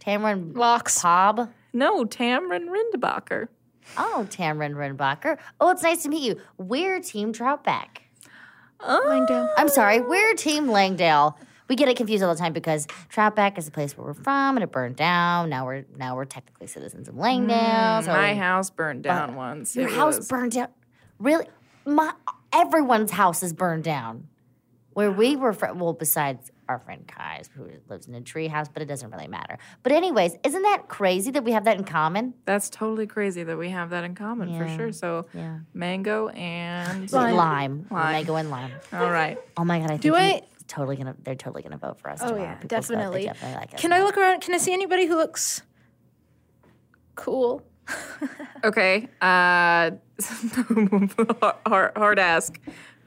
Tamron Locks. Pob? No, Tamron Rindebacher. Oh, Tamron Renbacher. Oh, it's nice to meet you. We're Team Troutback. Oh, I'm sorry, we're Team Langdale. We get it confused all the time because Troutback is the place where we're from and it burned down. Now we're now we're technically citizens of Langdale. so My house burned down once. your It house was- burned down. Really? My everyone's house is burned down. Where we were from well, besides our friend Kai, who lives in a treehouse, but it doesn't really matter. But anyways, isn't that crazy that we have that in common? That's totally crazy that we have that in common for Yeah. sure. So Yeah. mango and Lime, Lime. mango, and lime. all right. Oh my god, I think Do he- I- it's totally gonna. They're totally gonna vote for us. Oh, tomorrow. yeah, People's vote, they definitely. definitely like us. Can I look around? Can I see anybody who looks cool? Okay. Uh, hard, hard ask.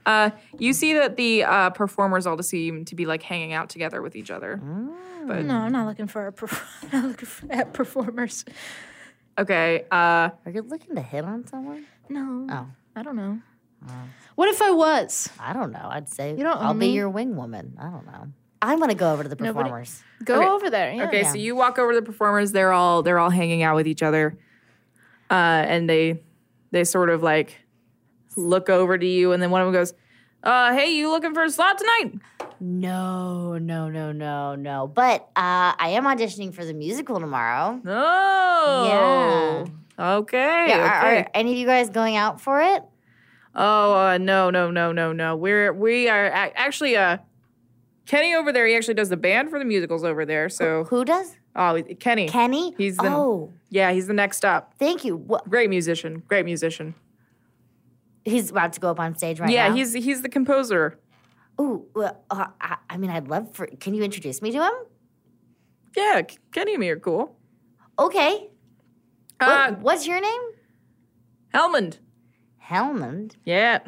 Uh, you see that the uh, performers all seem to be like hanging out together with each other. Mm-hmm. But No, I'm not looking for a perf- I'm not looking for at performers. okay. Uh, Are you looking to hit on someone? No, Oh, I don't know. Uh. What if I was? I don't know. I'd say You don't I'll own be me. your wing woman. I don't know. I'm gonna go over to the Nobody- performers. Go Okay. over there. Oh, Yeah. okay. So you walk over to the performers. They're all they're all hanging out with each other, uh, and they they sort of like look over to you, and then one of them goes, uh, "Hey, you looking for a slot tonight?" No, no, no, no, no. But uh, I am auditioning for the musical tomorrow. Oh. Yeah. Okay. Yeah, are- okay. are, any of you guys going out for it? Oh uh, no no no no no. We're we are ac- actually uh Kenny over there. He actually does the band for the musicals over there. So Who does? oh he- Kenny. Kenny? He's the- oh, Yeah, he's the next up. thank you. What, Great musician. Great musician. he's about to go up on stage right yeah, now. he's he's the composer. Ooh, well, uh, I, I mean, I'd love for. Can you introduce me to him? Yeah, K- Kenny and me are cool. Okay. What- Uh, what's your name? Helmond. Helmond. Yeah,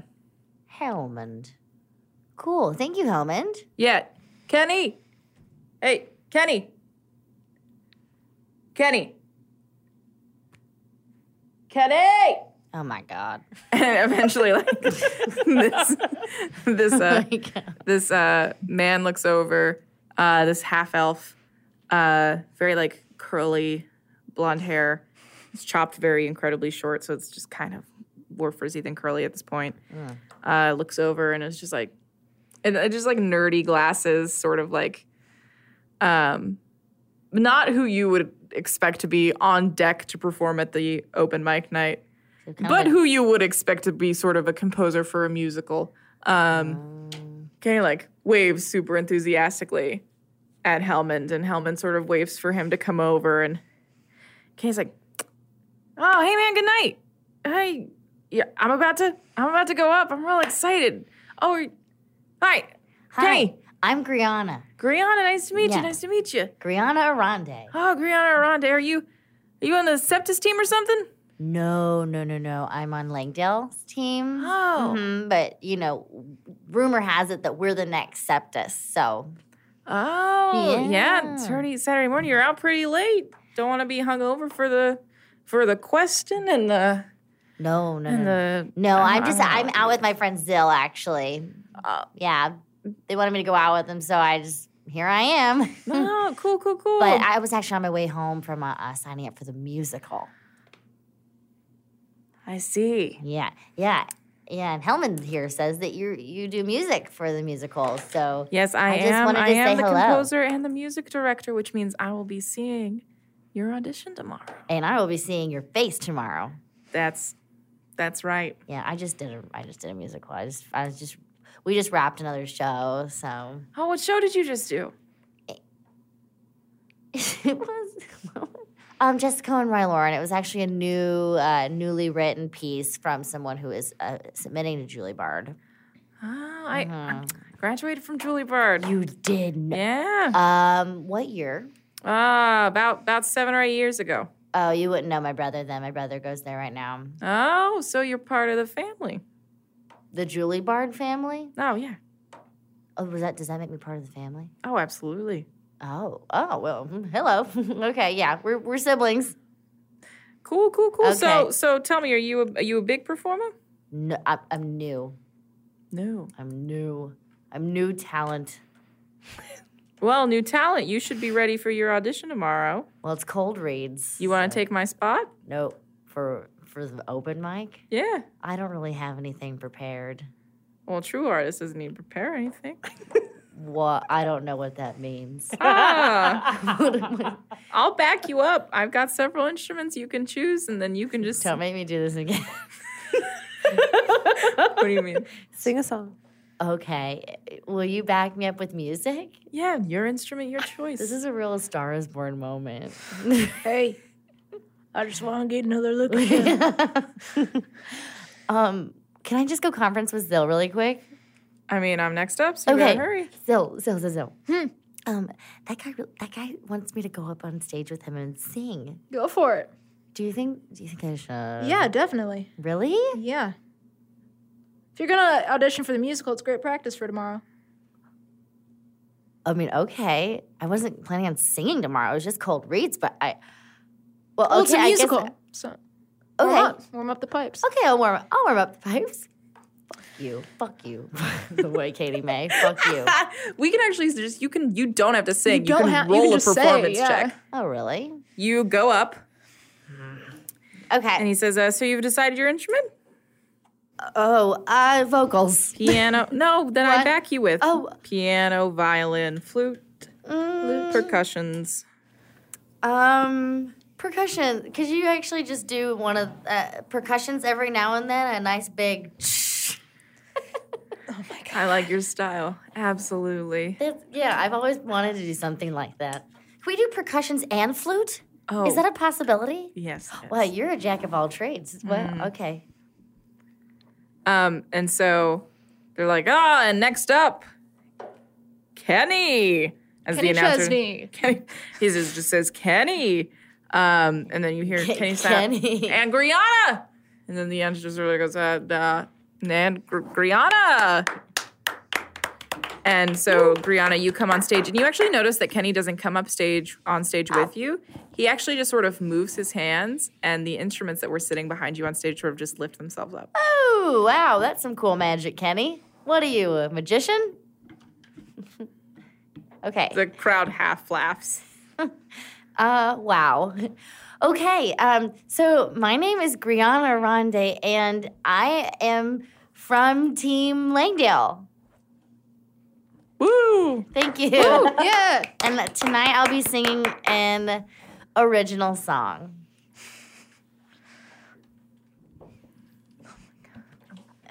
Helmond. Cool. Thank you, Helmond. yeah. Kenny. Hey, Kenny. Kenny. Kenny. Oh my God. And eventually, like this, this uh, this uh, man looks over uh, this half elf, uh, very like curly blonde hair. It's chopped very incredibly short, so it's just kind of more frizzy than curly at this point. Uh, looks over and it's just like, and uh, just like nerdy glasses, sort of like, um, not who you would expect to be on deck to perform at the open mic night So kind of but a- who you would expect to be sort of a composer for a musical. Um, Kenny like waves super enthusiastically at Helmond, and Helmond sort of waves for him to come over, and Kenny's like, "Oh, hey man, good night. Hey, yeah, I'm about to, I'm about to go up. I'm real excited. Oh, hi, Hi, Kenny. I'm Griana. Griana, nice to meet Yeah. you. Nice to meet you. Griana Arande. Oh, Griana Aronde, are you, are you on the Septus team or something? No, no, no, no. I'm on Langdale's team. Oh. Mhm, but, you know, rumor has it that we're the next Septus. So, Oh yeah, Yeah. Saturday, Saturday morning. You're out pretty late. Don't want to be hung over for the for the question and the no, no, no. and no. the. Mm. Uh-huh. No, I'm- I'm just, I'm- I'm out with my friend Zill, actually. Oh. Yeah. They wanted me to go out with them. So I just, here I am. Oh, cool, cool, cool. but I was actually on my way home from uh, uh, signing up for the musical. I see. Yeah. Yeah. Yeah. And Hellman here says that you you do music for the musical. So, Yes, I, I just am. wanted I to am say the hello. composer and the music director, which means I will be seeing your audition tomorrow. and I will be seeing your face tomorrow. That's that's right. Yeah, I just did a I just did a musical. I just I was just we just wrapped another show, so Oh, what show did you just do? it was um Jessica and Roy Lauren. It was actually a new uh, newly written piece from someone who is uh, submitting to Julie Bard. Oh, I Mhm. graduated from Julie Bird. You did know. Yeah, Um, what year? uh, about about seven or eight years ago. Oh, you wouldn't know my brother then. My brother goes there right now. Oh, so you're part of the family. The Julie Bard family. Oh yeah. Oh, was that? Does that make me part of the family? Oh, absolutely. Oh, oh well. Hello. okay, yeah, we're we're siblings. Cool, cool, cool. So, Okay. so tell me, are you a, are you a big performer? No, I, I'm new. No. I'm new. I'm new talent. Well, new talent, you should be ready for your audition tomorrow. Well, it's cold reads. You want to take my spot? no for for the open mic? Yeah. I don't really have anything prepared. Well, true artist doesn't need to prepare anything. What I don't know what that means. ah, What am I- I'll back you up. I've got several instruments you can choose, and then you can just. don't make me do this again. What do you mean? Sing a song. okay, will you back me up with music? Yeah, your instrument, your choice. This is a real Star is Born moment. hey. I just want to get another look um, can I just go conference with Zill really quick? I mean, I'm next up, so you Okay. gotta hurry. Zill, Zill, Zill, Zill. Hmm. Um, that guy, re- that guy wants me to go up on stage with him and sing. Go for it. Do you think? Do you think I should? yeah, definitely. Really? Yeah. If you're gonna audition for the musical, it's great practice for tomorrow. I mean, okay. I wasn't planning on singing tomorrow. It was just cold reads, but I. Well, Well, Oh, okay, it's a I guess- musical, so warm okay. up, warm up the pipes. Okay, I'll warm. I'll warm up the pipes. Fuck you. Fuck you. the way Katie May. Fuck you. we can actually just you can you don't have to sing. You, don't can have- you roll can a just say, performance yeah. check. Oh, really? You go up, and Okay. he says, uh, "So you've decided your instrument? Oh, uh, vocals. Piano? no, then I What? back you with Oh. piano, violin, flute, Mm, percussions. um, percussion. Could you actually just do one of uh, percussions every now and then? A nice big. I like your style, absolutely. That's, yeah, I've always wanted to do something like that. Can we do percussions and flute? Oh, Is that a possibility? yes? Mm-hmm. yes. Well, you're a jack of all trades. Well, okay. Um, and so they're like, ah, and next up, Kenny. As Kenny the announcer, Chesney. Kenny, he just just says Kenny, um, and then you hear Ke- Kenny sound Kenny. and Griana, and then the announcer goes, uh, uh, and Gr- Griana. And so, Brianna, you come on stage, and you actually notice that Kenny doesn't come up stage on stage with you. He actually just sort of moves his hands, and the instruments that were sitting behind you on stage sort of just lift themselves up. Oh, wow, that's some cool magic, Kenny. What are you, a magician? okay. The crowd half laughs. Uh, wow. Okay. Um, so my name is Griana Ronde, and I am from Team Langdale. Woo! Thank you. yeah. And tonight I'll be singing an original song.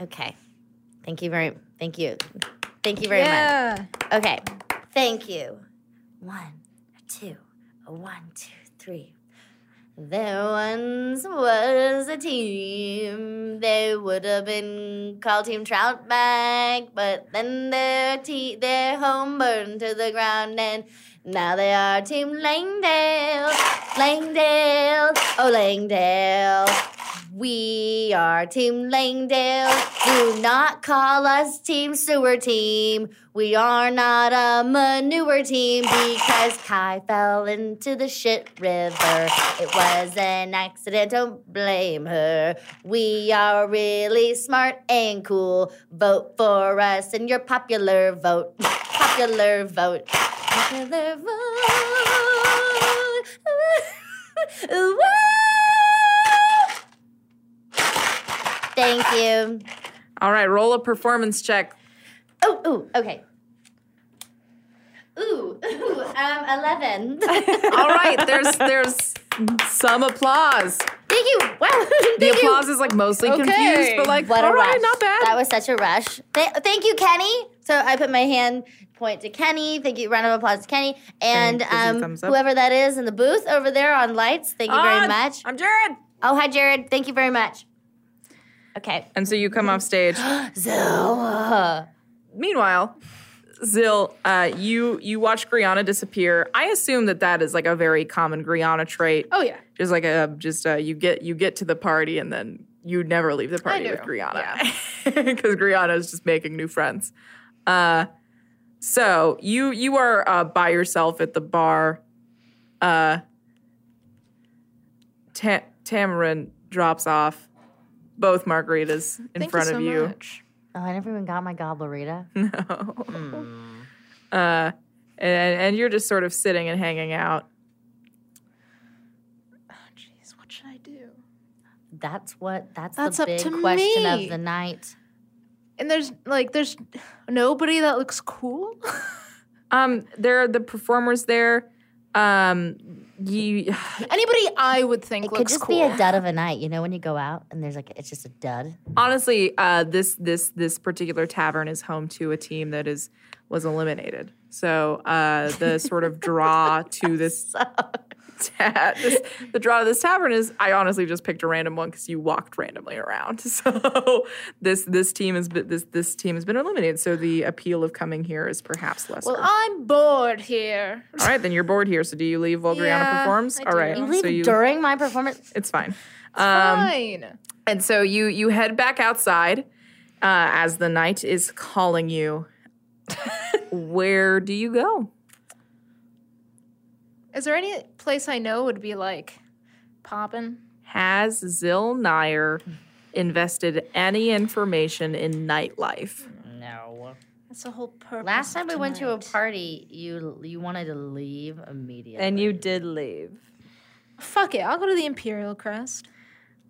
Okay. Thank you very thank you. Thank you very yeah. much. Okay. Thank you. One, a two, a one, two, three. There once was a team. They would have been called Team Troutback, but then their te- their home burned to the ground, and now they are Team Langdale. Langdale, oh Langdale. We are Team Langdale. Do not call us Team Sewer Team. We are not a manure team because Kai fell into the shit river. It was an accident, don't blame her. We are really smart and cool. Vote for us in your popular vote. Popular vote. Popular vote. Woo! Thank you. All right, roll a performance check. Oh, ooh, okay. Ooh, ooh, um, 11. Thank All right, there's there's some applause. you. Wow. Thank The you. applause is like mostly confused, but like What all a right, rush. not bad. That was such a rush. Th- thank you, Kenny. So I put my hand point to Kenny. Thank you. Round of applause to Kenny. And gives you a um, thumbs up. whoever that is in the booth over there on lights, thank you very On. much. I'm Jared. Oh, hi, Jared. Thank you very much. Okay. And so you come off stage. Zoa. Meanwhile, Zill, uh, you you watch Griana disappear. I assume that that is like a very common Griana trait. Oh yeah. Just like a just uh, you get you get to the party and then you never leave the party do, with Griana because Griana is just making new friends. Uh, so you you are uh, by yourself at the bar. Uh, ta- Tamarin drops off both margaritas in Thank front you so of you. much. Oh, I never even got my gobblerita. uh, and, and you're just sort of sitting and hanging out. Oh jeez, what should I do? That's what, that's, That's the up big to question me. of the night. And there's like there's nobody that looks cool. Um, there are the performers there. Um, you, Anybody I would think It looks could just cool. be a dud of a night, you know, when you go out and there's like it's just a dud. honestly, uh, this this this particular tavern is home to a team that is was eliminated. So uh, the sort of draw to this, ta- this the draw to this tavern is I honestly just picked a random one because you walked randomly around. So this this team has been this this team has been eliminated. So the appeal of coming here is perhaps lesser. Well, I'm bored here. All right, then you're bored here. So do you leave while Brianna Yeah, performs? I All right, do. You leave so you during my performance. it's fine. Um, Fine. And so you you head back outside uh, as the night is calling you. Where do you go? Is there any place I know would be like poppin'? Has Zil Nair invested any information in nightlife? No. That's the whole purpose. Last time we went to a tonight. party, you you wanted to leave immediately. And you did leave. Fuck it, I'll go to the Imperial Crest.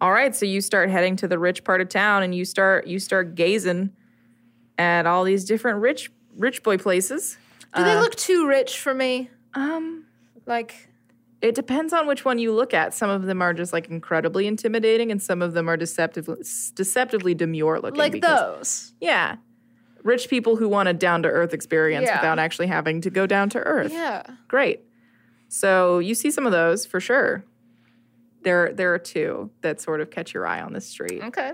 All right, so you start heading to the rich part of town, and you start you start gazing at all these different rich rich boy places. Do they look too rich for me? Uh, Um, Like, It depends on which one you look at. Some of them are just like incredibly intimidating, and some of them are deceptively deceptively demure looking. like because- those. yeah, rich people who want a down to earth experience Yeah. without actually having to go down to earth. Yeah. Great. So you see some of those for sure. There, there are two that sort of catch your eye on the street. Okay.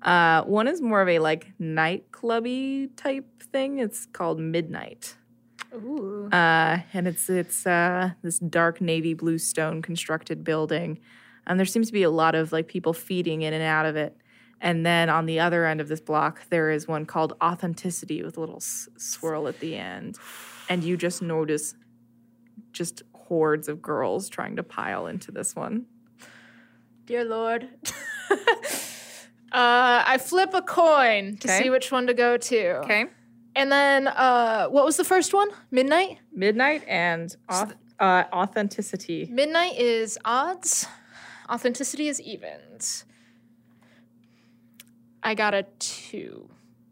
Uh, one is more of a like nightclubby type thing. It's called Midnight. Ooh. Uh, and it's it's uh, this dark navy blue stone constructed building, and there seems to be a lot of like people feeding in and out of it. And then on the other end of this block, there is one called Authenticity with a little s- swirl at the end, and you just notice just hordes of girls trying to pile into this one. Dear Lord. uh, I flip a coin to Okay. see which one to go to. Okay, And then, uh, what was the first one? Midnight? midnight and auth- uh, authenticity. Midnight is odds, authenticity is evens. I got a two.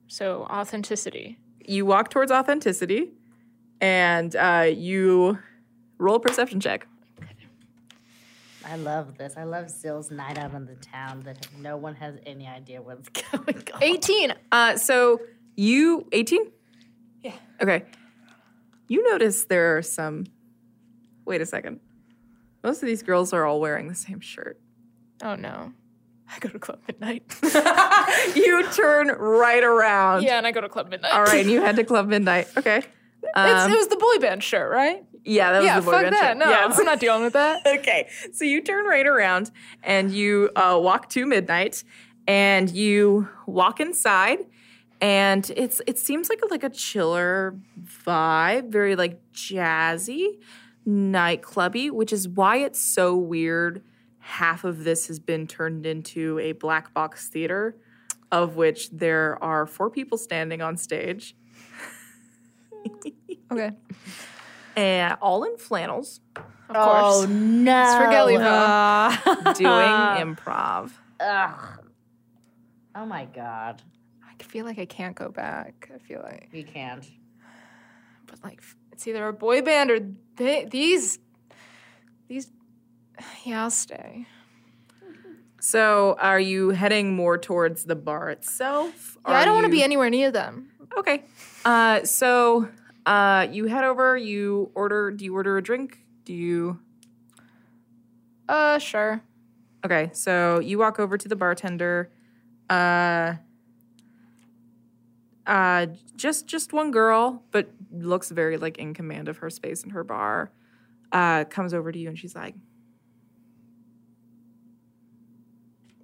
So, authenticity. You walk towards authenticity, and uh, you roll a perception check. I love this. I love Zill's night out on the town that no one has any idea what's going on. 18. Uh, so you 18? Yeah. Okay. You notice there are some. Wait a second. Most of these girls are all wearing the same shirt. Oh no. I go to Club Midnight. you turn right around. yeah, and I go to Club Midnight. All right, and you head to Club Midnight. Okay. It's, Um, it was the boy band shirt, right? yeah, that was yeah, the boy fuck band that. shirt. No, Yeah, I'm not dealing with that. okay. So you turn right around and you uh, walk to midnight and you walk inside and it's it seems like a, like a chiller vibe, very like jazzy, nightclubby, which is why it's so weird. Half of this has been turned into a black box theater, of which there are four people standing on stage, Okay. and all in flannels, Of Oh, course. Oh, no! Spergellivo. doing improv. Ugh. Oh my god. I feel like I can't go back. I feel like, You can't. but like, it's either a boy band or they, these, these. Yeah, I'll stay. So, are you heading more towards the bar itself? Yeah, I Are don't want to you- be anywhere near them. okay. Uh, so, uh, you head over. You order. Do you order a drink? Do you? Uh, sure. Okay. So you walk over to the bartender. Uh, uh, just just one girl, but looks very like in command of her space and her bar. Uh, comes over to you and she's like,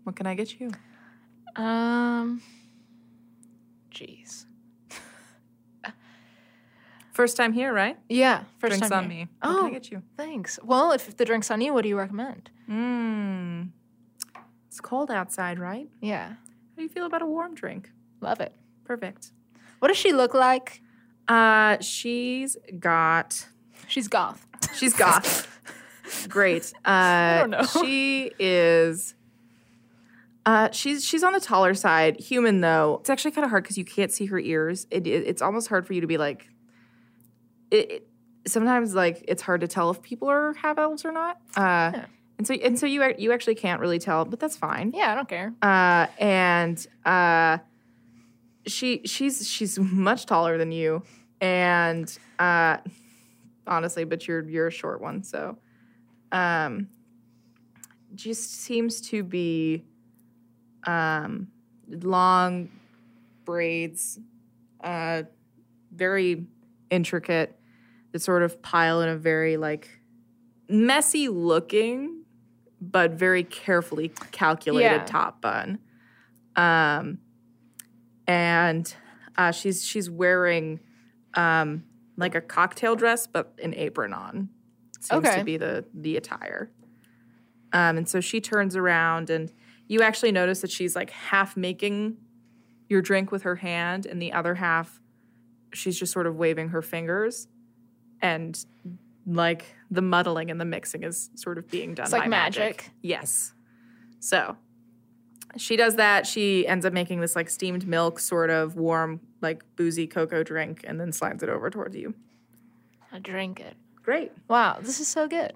"What can I get you?" Um. Jeez. First time here, right? Yeah. First Drinks time on here. me. What can Oh. I get you? Thanks. Well, if the drink's on you, what do you recommend? Mmm. It's cold outside, right? Yeah. How do you feel about a warm drink? Love it. Perfect. What does she look like? Uh, she's got. She's goth. She's goth. Great. Uh, don't know. She is. Uh, she's she's on the taller side, human though. It's actually kind of hard because you can't see her ears. It, it- it's almost hard for you to be like. It, it- sometimes like it's hard to tell if people are have elves or not. Uh, Yeah. And so and so you ac- you actually can't really tell, but that's fine. Yeah, I don't care. Uh, and uh, she she's she's much taller than you, and uh, honestly, but you're you're a short one, so um, just seems to be um, long braids, uh, very intricate, that sort of pile in a very like messy looking but very carefully calculated Yeah. top bun. Um, and uh, she's she's wearing um, like a cocktail dress, but an apron on. Seems Okay. to be the the attire. Um, and so she turns around, and you actually notice that she's like half making your drink with her hand, and the other half she's just sort of waving her fingers, and like the muddling and the mixing is sort of being done. It's like by magic. Yes. So she does that. She ends up making this like steamed milk, sort of warm, like boozy cocoa drink, and then slides it over towards you. I drink it. Great. Wow, this is so good.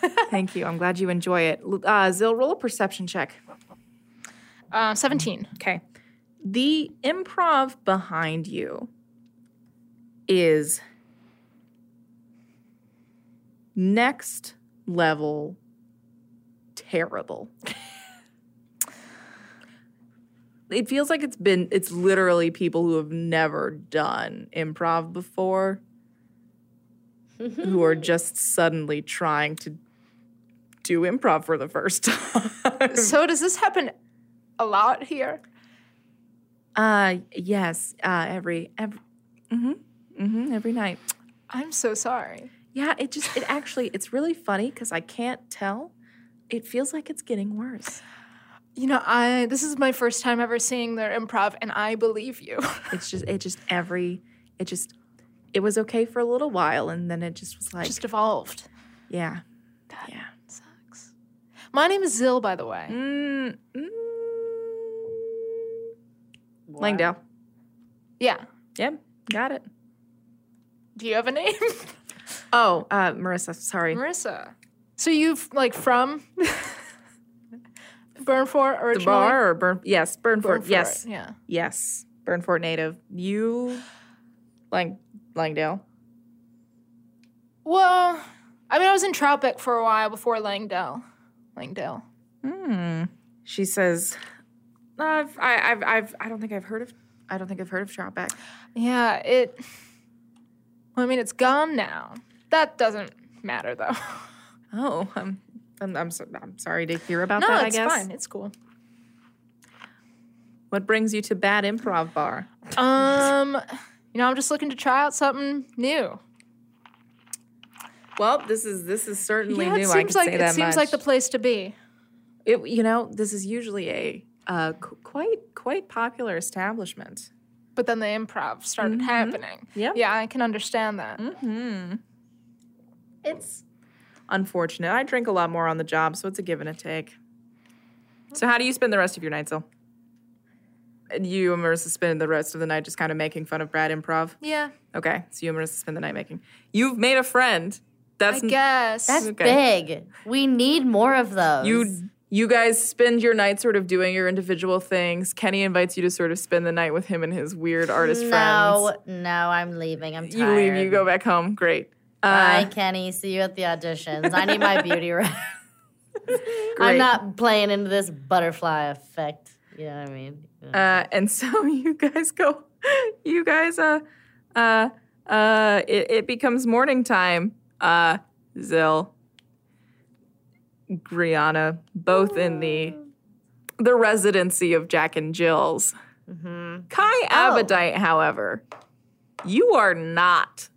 Thank you. I'm glad you enjoy it. L- Uh, Zill, roll a perception check. Uh, 17. Okay. The improv behind you is next level terrible. it feels like it's been, it's literally people who have never done improv before who are just suddenly trying to do improv for the first time. So does this happen a lot here? Uh, yes. Uh, every every. Mhm. Mhm. Every night. I'm so sorry. Yeah. It just. It actually. It's really funny because I can't tell. It feels like it's getting worse. You know, I this is my first time ever seeing their improv, and I believe you. It's just. It just every. It just. It was okay for a little while, and then it just was like, Just evolved. yeah. Sucks. My name is Zill, by the way. Mm, mm. Langdale. Yeah. Yep. Got it. Do you have a name? Oh, uh, Marissa. Sorry. Marissa. So you've like from Burnfort originally? The bar or burn? Yes, Burnford. Burnfort, Yes, Yeah. yes, Burnford native. You, Lang, Langdale. Well, I mean, I was in Troutbeck for a while before Langdale. Langdale. Hmm. She says, "I've, I, I've, I've, I don't think I've heard of, I don't think I've heard of Troutbeck." Yeah, it. Well, I mean, it's gone now. That doesn't matter though. Oh, I'm, I'm, I'm, so, I'm sorry to hear about no, that. it's I guess. fine. It's cool. What brings you to Bad Improv Bar? Um, you know, I'm just looking to try out something new. Well, this is this is certainly yeah, new. it I can seems like say it that seems much. like the place to be. It- you know, this is usually a uh, qu- quite quite popular establishment. But then the improv started happening. Yep. Yeah, I can understand that. It's unfortunate. I drink a lot more on the job, so it's a give and a take. So, how do you spend the rest of your night, Sil? And You and Marissa spend the rest of the night just kind of making fun of Brad improv. Yeah, Okay, so you and Marissa spend the night making. You've made a friend. That's I guess. That's Okay. big. We need more of those. you. You guys spend your night sort of doing your individual things. Kenny invites you to sort of spend the night with him and his weird artist No, no, I'm leaving. I'm friends. tired. You leave. You go back home. Great. Bye, Kenny. See you at the auditions. I need my beauty rest. Great. I'm not playing into this butterfly effect. You know what I mean? Uh, and so you guys go, you guys, uh, uh, uh, it, it becomes morning time. Uh, Zill, Griana, both in the the residency of Jack and Jill's. Kai Abadite, however, you are not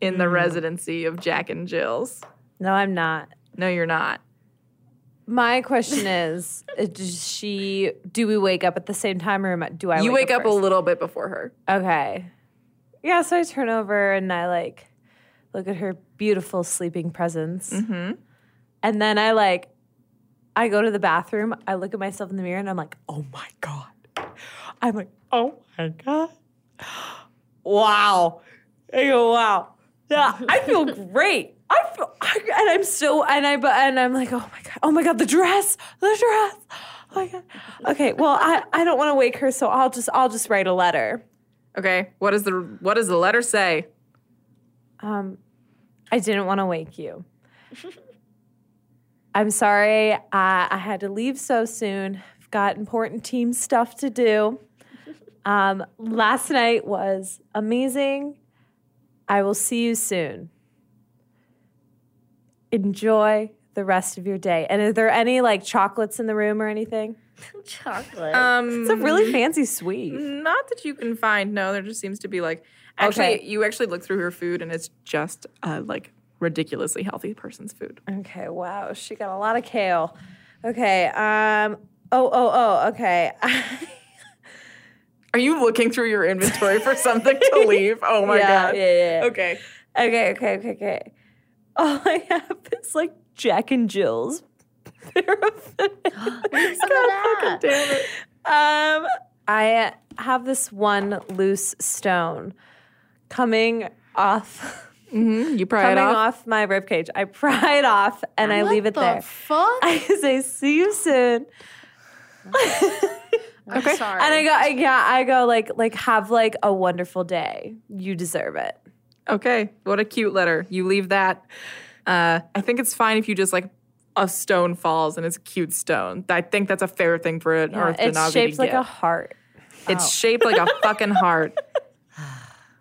in the residency of Jack and Jill's. No, I'm not. No, you're not. My question is, uh, does she? Do we wake up at the same time, or am I- do I? you wake up a first? little bit before her. Okay. Yeah, so I turn over and I like look at her beautiful sleeping presence. And then I like, I go to the bathroom, I look at myself in the mirror, and I'm like, oh my God. I'm like, oh my God. Wow. I go, wow. Yeah, I feel great. I feel, I, and I'm so, and I, but and I'm like, oh my god, oh my god, the dress, the dress. Oh my god. Okay, well, I, I don't want to wake her, so I'll just, I'll just write a letter. Okay, what is the what does the letter say? Um, I didn't want to wake you. I'm sorry, uh, I had to leave so soon. I've got important team stuff to do. Um, last night was amazing. I will see you soon. Enjoy the rest of your day. And are there any like chocolates in the room or anything? Chocolate. Um, It's a really fancy sweet. not that you can find. No, there just seems to be like actually Okay. you actually look through her food and it's just uh, like ridiculously healthy person's food. Okay, wow. She got a lot of kale. Okay. Um oh oh oh okay. Are you looking through your inventory for something to leave? Oh my yeah, god. Yeah, yeah. Okay. Okay. okay, okay, okay, okay. All I have is like Jack and Jill's. Look at that. Damn it. Um, I have this one loose stone coming off, Mm-hmm. You pry coming it off. off. my ribcage. I pry it off and I What leave it the there. Fuck. I say, "See you soon," I'm sorry. and I go, I- "Yeah, I go like like have like a wonderful day. You deserve it." Okay. What a cute letter. You leave that. Uh, I think it's fine if you just like a stone falls and it's a cute stone. I think that's a fair thing for an Yeah, earth to it's shaped get. like a heart. It's shaped like a fucking heart.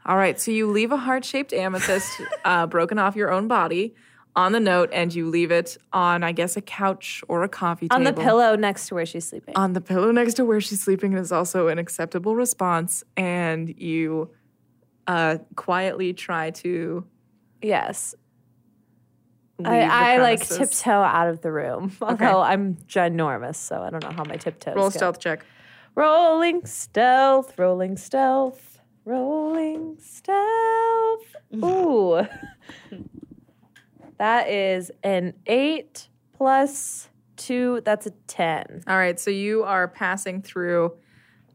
All right, so you leave a heart shaped amethyst uh, broken off your own body on the note, and you leave it on, I guess, a couch or a coffee On the table. pillow next to where she's sleeping. On the pillow next to where she's sleeping is also an acceptable response, and you uh, quietly try to. yes. Leave the I, I like premises. tiptoe out of the room. Although I'm ginormous, so I don't know how my tiptoes Roll go. stealth check. Rolling stealth, rolling stealth, rolling stealth. Mm. Ooh. that is an eight plus two. That's a 10. All right, so you are passing through.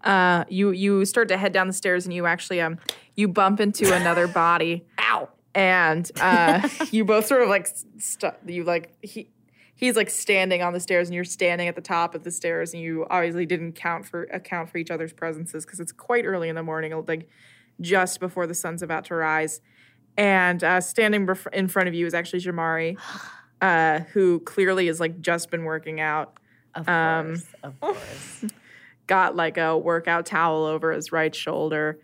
Uh, you you start to head down the stairs, and you actually um you bump into another body. Ow! And uh, you both sort of like stu- you like he. He's like standing on the stairs, and you're standing at the top of the stairs, and you obviously didn't count for account for each other's presences because it's quite early in the morning, uh, like just before the sun's about to rise. And uh, standing bef- in front of you is actually Jamari, uh, who clearly has like just been working out Of um, course. Of course. got like a workout towel over his right shoulder,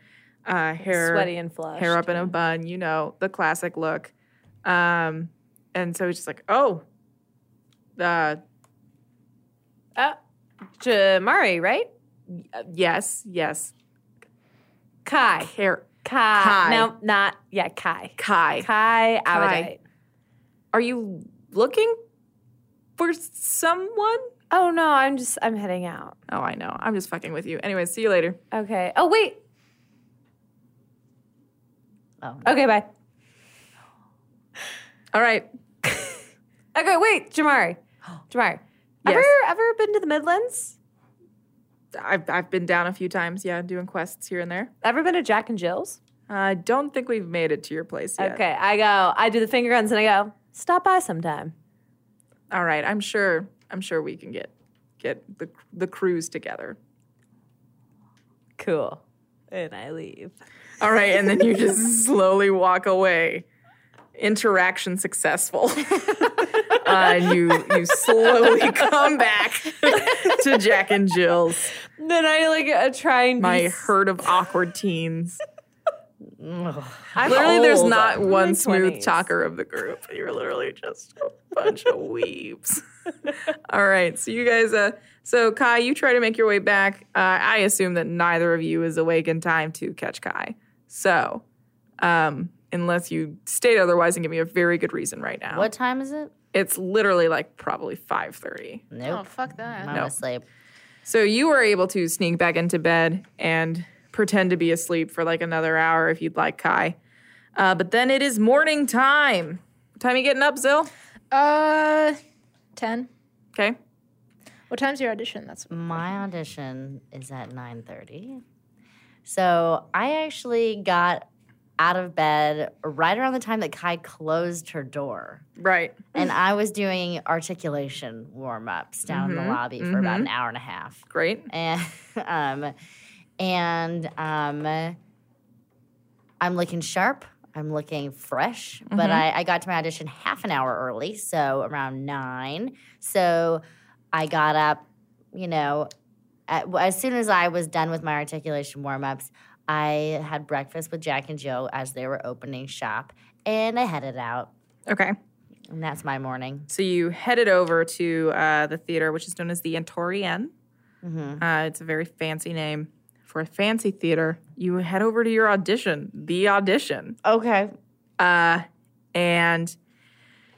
uh, hair Sweaty and flushed. hair up in a bun, you know, the classic look. Um, and so he's just like, oh, uh, Jamari, right? yes, yes, Kai. hair, Kai. Kai. No, not. Yeah, Kai. Kai. Kai Abadite. Are you looking for someone? Oh, no, I'm just, I'm heading out. Oh, I know. I'm just fucking with you. Anyway, see you later. Okay. Oh, wait. Oh. Okay, bye. All right. Okay, wait, Jamari. Jamari. Ever ever been to the Midlands? I've, I've been down a few times, yeah, doing quests here and there. Ever been to Jack and Jill's? I don't think we've made it to your place yet. Okay, I go, I do the finger guns and I go, stop by sometime. All right, I'm sure. I'm sure we can get get the the crews together. Cool. And I leave. All right, and then you just slowly walk away. Interaction successful. uh, and you you slowly come back to Jack and Jill's, Then I like uh, try and my be, herd of awkward teens. Ugh. I'm Literally, there's old. not I'm in my one smooth 20s. talker of the group. You're literally just a bunch of weebs. All right, so you guys, uh, so Kai, you try to make your way back. Uh, I assume that neither of you is awake in time to catch Kai. So, um, unless you state otherwise and give me a very good reason right now, What time is it? it's literally like probably five thirty. oh Nope. fuck that. I'm asleep. So you were able to sneak back into bed and pretend to be asleep for like another hour if you'd like, Kai. Uh, but then it is morning time. What time you getting up, Zill? Uh, ten. Okay. What time's your audition? That's My audition is at 9:30. So I actually got out of bed right around the time that Kai closed her door. Right. And I was doing articulation warm ups down in Mhm, the lobby for about mhm. an hour and a half. Great. and um, and um, I'm looking sharp. I'm looking fresh, Mhm. but I, I got to my audition half an hour early, so around nine. So I got up, you know, at, well, as soon as I was done with my articulation warm ups, I had breakfast with Jack and Jill as they were opening shop, and I headed out. Okay. And that's my morning. So you headed over to uh, the theater, which is known as the Antorian. hmm Uh, it's a very fancy name for a fancy theater. You head over to your audition, the audition, Okay. uh, and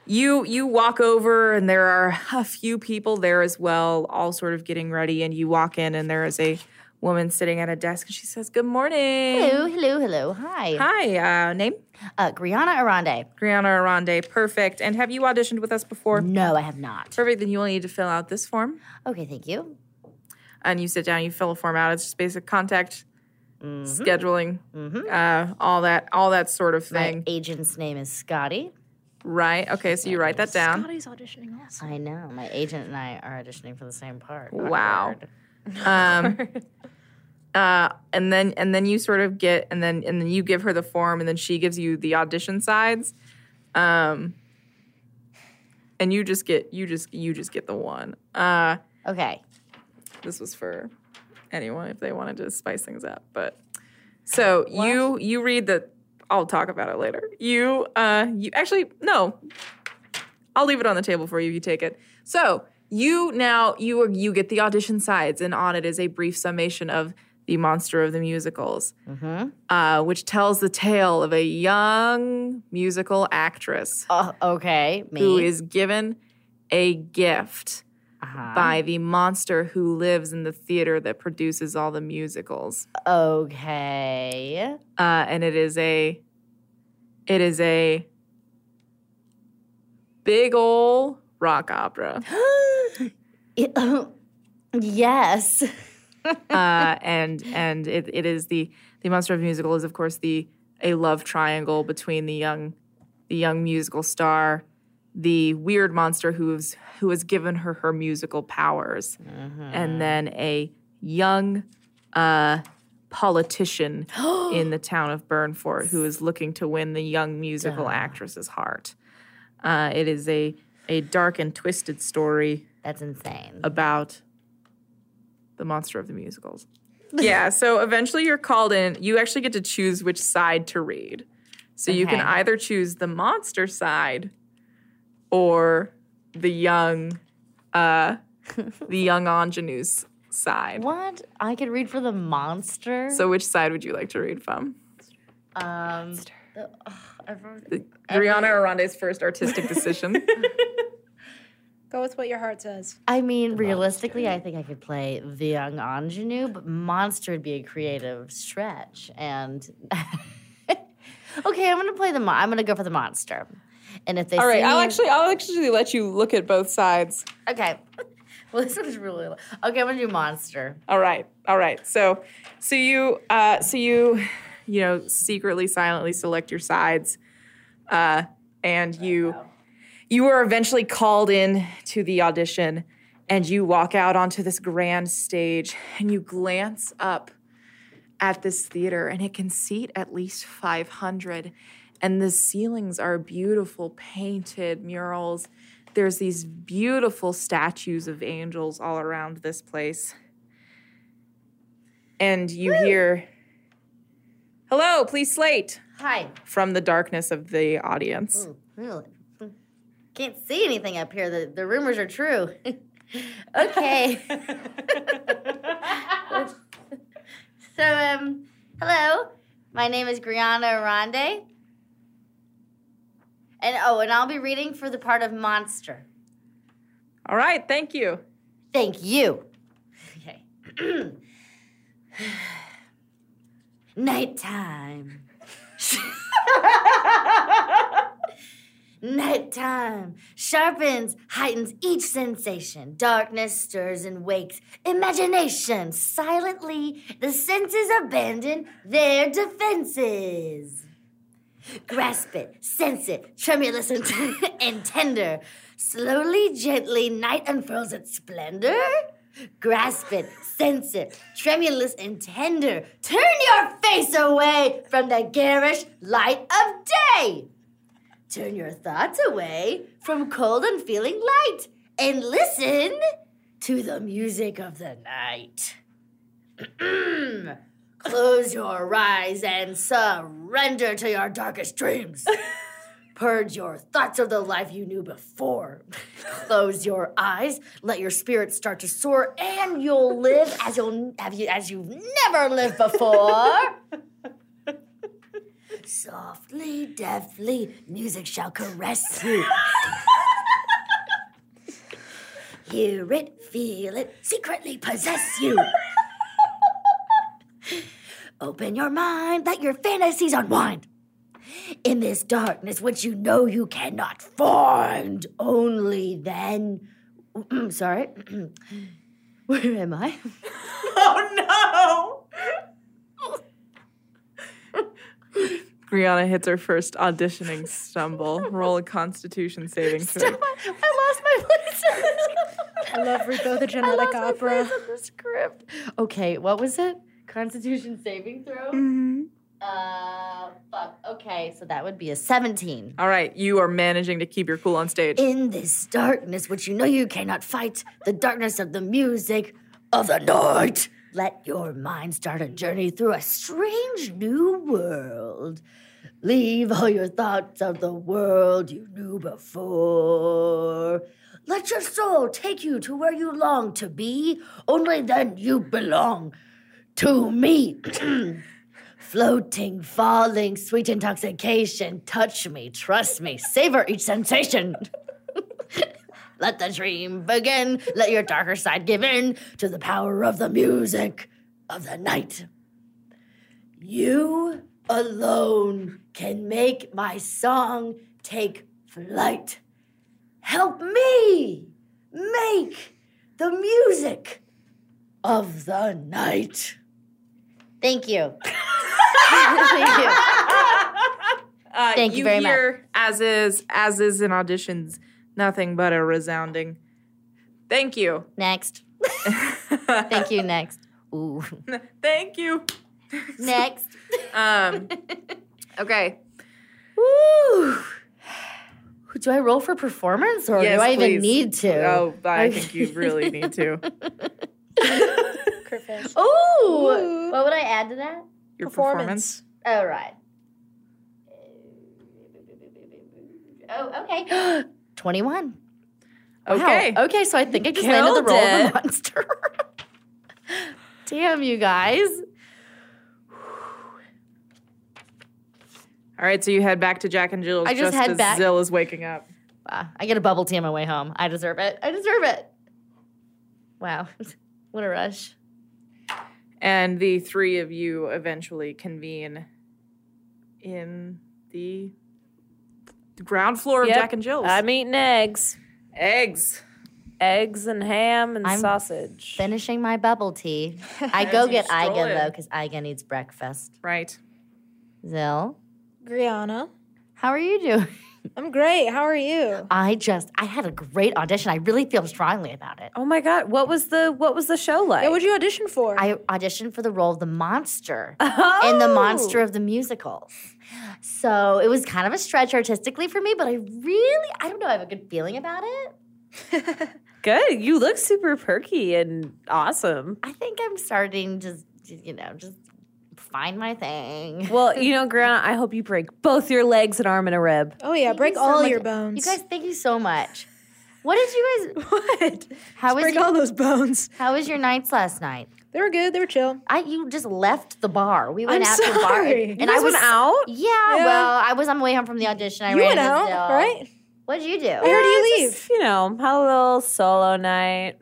you you walk over, and there are a few people there as well, all sort of getting ready. And you walk in, and there is a woman sitting at a desk, and she says, "Good morning, Hello, hello, hello. Hi. hi, uh, name Uh, Griana Arande. Brianna Arande, perfect. And have you auditioned with us before? No, I have not. Perfect. Then you will need to fill out this form." Okay, thank you. And you sit down, you fill a form out. It's just basic contact Mhm, scheduling, mhm. uh, all that, all that sort of My thing. agent's name is Scotty. Right. Okay. So you write that down. Scotty's auditioning also. I know. My agent and I are auditioning for the same part. Wow. Awkward. Um, uh, and then and then you sort of get and then and then you give her the form and then she gives you the audition sides. Um, and you just get you just you just get the one. Uh, Okay. this was for anyone if they wanted to spice things up. But so you you read the. I'll talk about it later. You uh you actually no. I'll leave it on the table for you. You take it. So you now you you get the audition sides, and on it is a brief summation of the monster of the musicals, Mm-hmm. uh, which tells the tale of a young musical actress Oh, okay. Me. who is given a gift uh-huh. by the monster who lives in the theater that produces all the musicals. Okay. Uh, and it is a it is a big ol' rock opera. It- yes. uh, and and it, it is the the monster of musical is of course the a love triangle between the young the young musical star, the weird monster who's who has given her her musical powers, and then a young uh, politician in the town of Burnford who is looking to win the young musical actress's heart. Uh, it is a a dark and twisted story That's insane. about the monster of the musicals. yeah, so eventually you're called in. You actually get to choose which side to read. So you can Okay. either choose the monster side or the young uh the young ingenue's side. What? I could read for the monster. So which side would you like to read from? um. the- ugh, everyone- Brianna Arande's first artistic decision. Go with what your heart says. I mean, realistically, I think I could play the young ingenue, but monster would be a creative stretch. And okay, I'm gonna play the. Mo- I'm gonna go for the monster. And if they All right, see I'll me- actually I'll actually let you look at both sides. okay. Well, this one's really okay. I'm gonna do monster. All right, all right. So, so you, uh, so you, you know, secretly, silently select your sides, uh, and you, you are eventually called in to the audition, and you walk out onto this grand stage, and you glance up at this theater, and it can seat at least five hundred, and the ceilings are beautiful painted murals. There's these beautiful statues of angels all around this place and you hear, Hello, please slate Hi. from the darkness of the audience. Ooh, really? Mm. Can't see anything up here. The the rumors are true. okay. so um, hello. My name is Griana Ronde. And oh, and I'll be reading for the part of monster. All right, thank you. Thank you. Okay. Nighttime. Nighttime sharpens, heightens each sensation. Darkness stirs and wakes imagination. Silently, the senses abandon their defenses. Grasp it, sense it, tremulous and, and tender. Slowly, gently, night unfurls its splendor. Grasp it, sense it, tremulous and tender. Turn your face away from the garish light of day. Turn your thoughts away from cold and feeling light and listen to the music of the night. Close your eyes and surrender to your darkest dreams. Purge your thoughts of the life you knew before. Close your eyes, let your spirit start to soar, and you'll live as you'll have you as you've never lived before. Softly, deftly, music shall caress you. Hear it, feel it, secretly possess you. Open your mind, let your fantasies unwind. In this darkness, which you know you cannot find, only then. Sorry. Where am I? Oh no! Brianna hits her first auditioning stumble. Roll a Constitution saving throw. I love Rebo the Genetic Opera. Okay, what was it? Constitution saving throw? Mm-hmm. Uh, fuck. Okay, so that would be a 17. All right, you are managing to keep your cool on stage. In this darkness, which you know you cannot fight, the darkness of the music of the night, let your mind start a journey through a strange new world. Leave all your thoughts of the world you knew before. Let your soul take you to where you long to be, only then you belong to me. Floating, falling, sweet intoxication. Touch me, trust me, savor each sensation. Let the dream begin. Let your darker side give in to the power of the music of the night. You alone can make my song take flight. Help me make the music of the night. Thank you. Thank you. Uh, Thank you very much. hear, As is, as is in auditions, nothing but a resounding. Thank you. Next. Thank you. Next. Ooh. Thank you. Next. Um, okay. Woo. Do I roll for performance or Yes, do I please. even need to? Oh, I think you really need to. Crickfish. Ooh. What would I add to that? Your performance. All right. Oh, okay. 21. Okay. Wow. Okay, so I think I just landed the Killed roll of it. the monster. Damn, you guys. All right, so you head back to Jack and Jill's I just head as back. Zill is waking up. Wow. I get a bubble tea on my way home. I deserve it. I deserve it. Wow. what a rush. And the three of you eventually convene in the ground floor Yep. of Jack and Jill's. I'm eating eggs, Eggs. eggs and ham and I'm sausage. Finishing my bubble tea. I go you get stroll in. Iga though, because Iga needs breakfast. Right. Zill, Griana. how are you doing? I'm great. How are you? I just I had a great audition. I really feel strongly about it. oh my god, what was the what was the show like? Yeah, what'd you audition for? I auditioned for the role of the monster oh! in the monster of the musical. So it was kind of a stretch artistically for me, but I really I don't know, I have a good feeling about it. Good. You look super perky and awesome. I think I'm starting to you know, just find my thing. Well, you know, Grant, I hope you break both your legs, an arm, and a rib. oh yeah, Thank break you so all much. your bones. You guys, thank you so much. What did you guys What? how was break your, all those bones. how was your nights last night? They were good. They were chill. I you just left the bar. We I'm went out to the bar sorry. and, You and I was out. Yeah, Yeah. well, I was on my way home from the audition. I you ran went into uh, out, Zell. right? What'd you I do? heard you leave. Just, you know, had a little solo night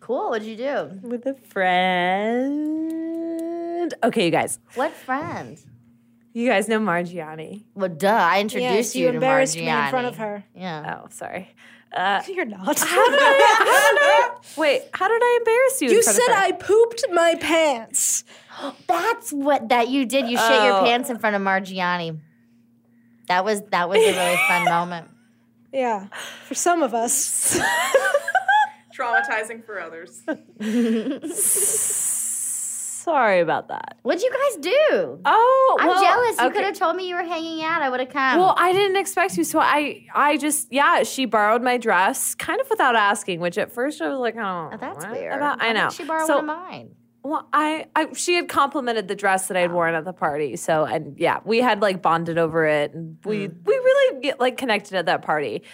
Cool. What'd you do? with a friend. Okay, you guys. What friend? You guys know Margiani. Well, duh. I yes, introduced you, you, to embarrassed me in Margiani. front of her. Yeah. Oh, sorry. Uh, You're not. how did I, how did I- wait, how did I embarrass you? in you front said of her? I pooped my pants. That's what that you did. You shit your Oh. pants in front of Margiani. That was that was a really fun moment. Yeah, for some of us. Traumatizing for others. Sorry about that. What'd you guys do? Oh, I'm well, jealous. You okay. could have told me you were hanging out. I would have come. Well, I didn't expect you, so I, I just, yeah, she borrowed my dress, kind of without asking. Which at first I was like, oh, Oh, that's what weird. about- Why I didn't know. She borrowed so, one of mine. Well, I, I she had complimented the dress that I had worn at the party. So and yeah, we had like bonded over it and we we really get like connected at that party.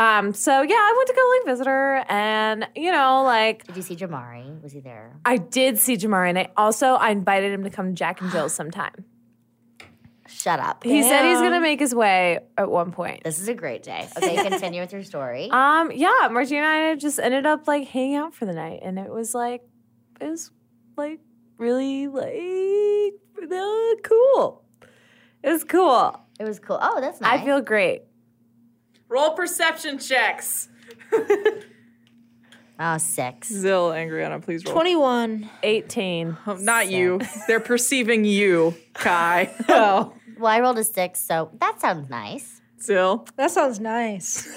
Um so yeah, I went to go like visit her and you know, like Did you see Jamari? Was he there? I did see Jamari and I also I invited him to come to Jack and Jill sometime. Shut up. He said he's gonna make his way at one point. This is a great day. Okay, continue with your story. Um yeah, Margie and I just ended up like hanging out for the night and it was like it was like really like uh, cool. It was cool. it was cool. Oh, that's nice. I feel great. Roll perception checks. oh six. Zill, Angriana, please roll. 21. 18. Oh, not you. They're perceiving you, Kai. Oh. Well, I rolled a six, so that sounds nice. Zill. That sounds nice.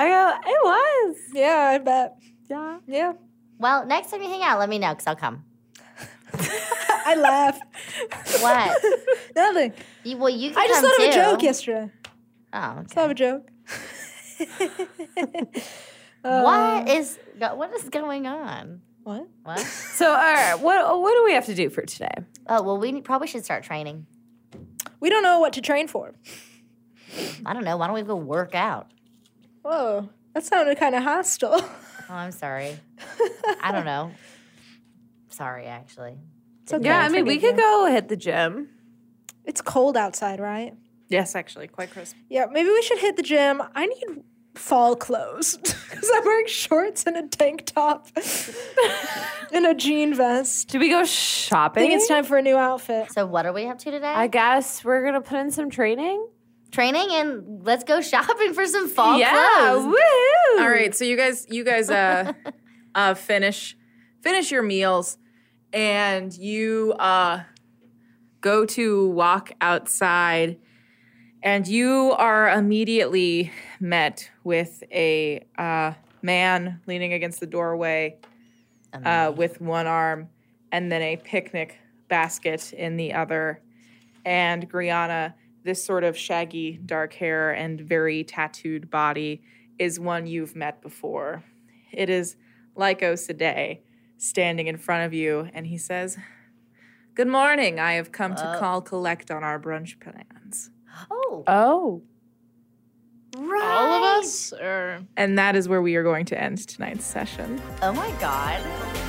I go, it was. Yeah, I bet. Yeah. Yeah, Well, next time you hang out, let me know because I'll come. I laugh. What? Nothing. You, well, you can I just come thought of a too. joke yesterday. Oh, Thought of a joke. Uh, what is go- what is going on? What? What? So, all right, what, what do we have to do for today? Oh well, we probably should start training. We don't know what to train for. I don't know. Why don't we go work out? Whoa, that sounded kind of hostile. Oh, I'm sorry. I don't know. Sorry, actually. It's okay. Yeah, I mean, we Forgive could me. go hit the gym. It's cold outside, right? Yes, actually, quite crisp. Yeah, maybe we should hit the gym. I need fall clothes because I'm wearing shorts and a tank top and a jean vest. Should we go I shopping? think it's time for a new outfit. So what are we up to today? I guess we're going to put in some training. training and let's go shopping for some fall yeah. clothes. Woohoo. All right, so you guys, you guys, uh, uh, finish, finish your meals, and you uh, go to walk outside, and you are immediately met with a uh, man leaning against the doorway, uh, with one arm, and then a picnic basket in the other, and Griana, this sort of shaggy dark hair and very tattooed body is one you've met before. It is Lyco Sade standing in front of you, and he says, Good morning. I have come to call collect on our brunch plans. Oh, Oh. right. All of us? Or. And that is where we are going to end tonight's session. Oh my god.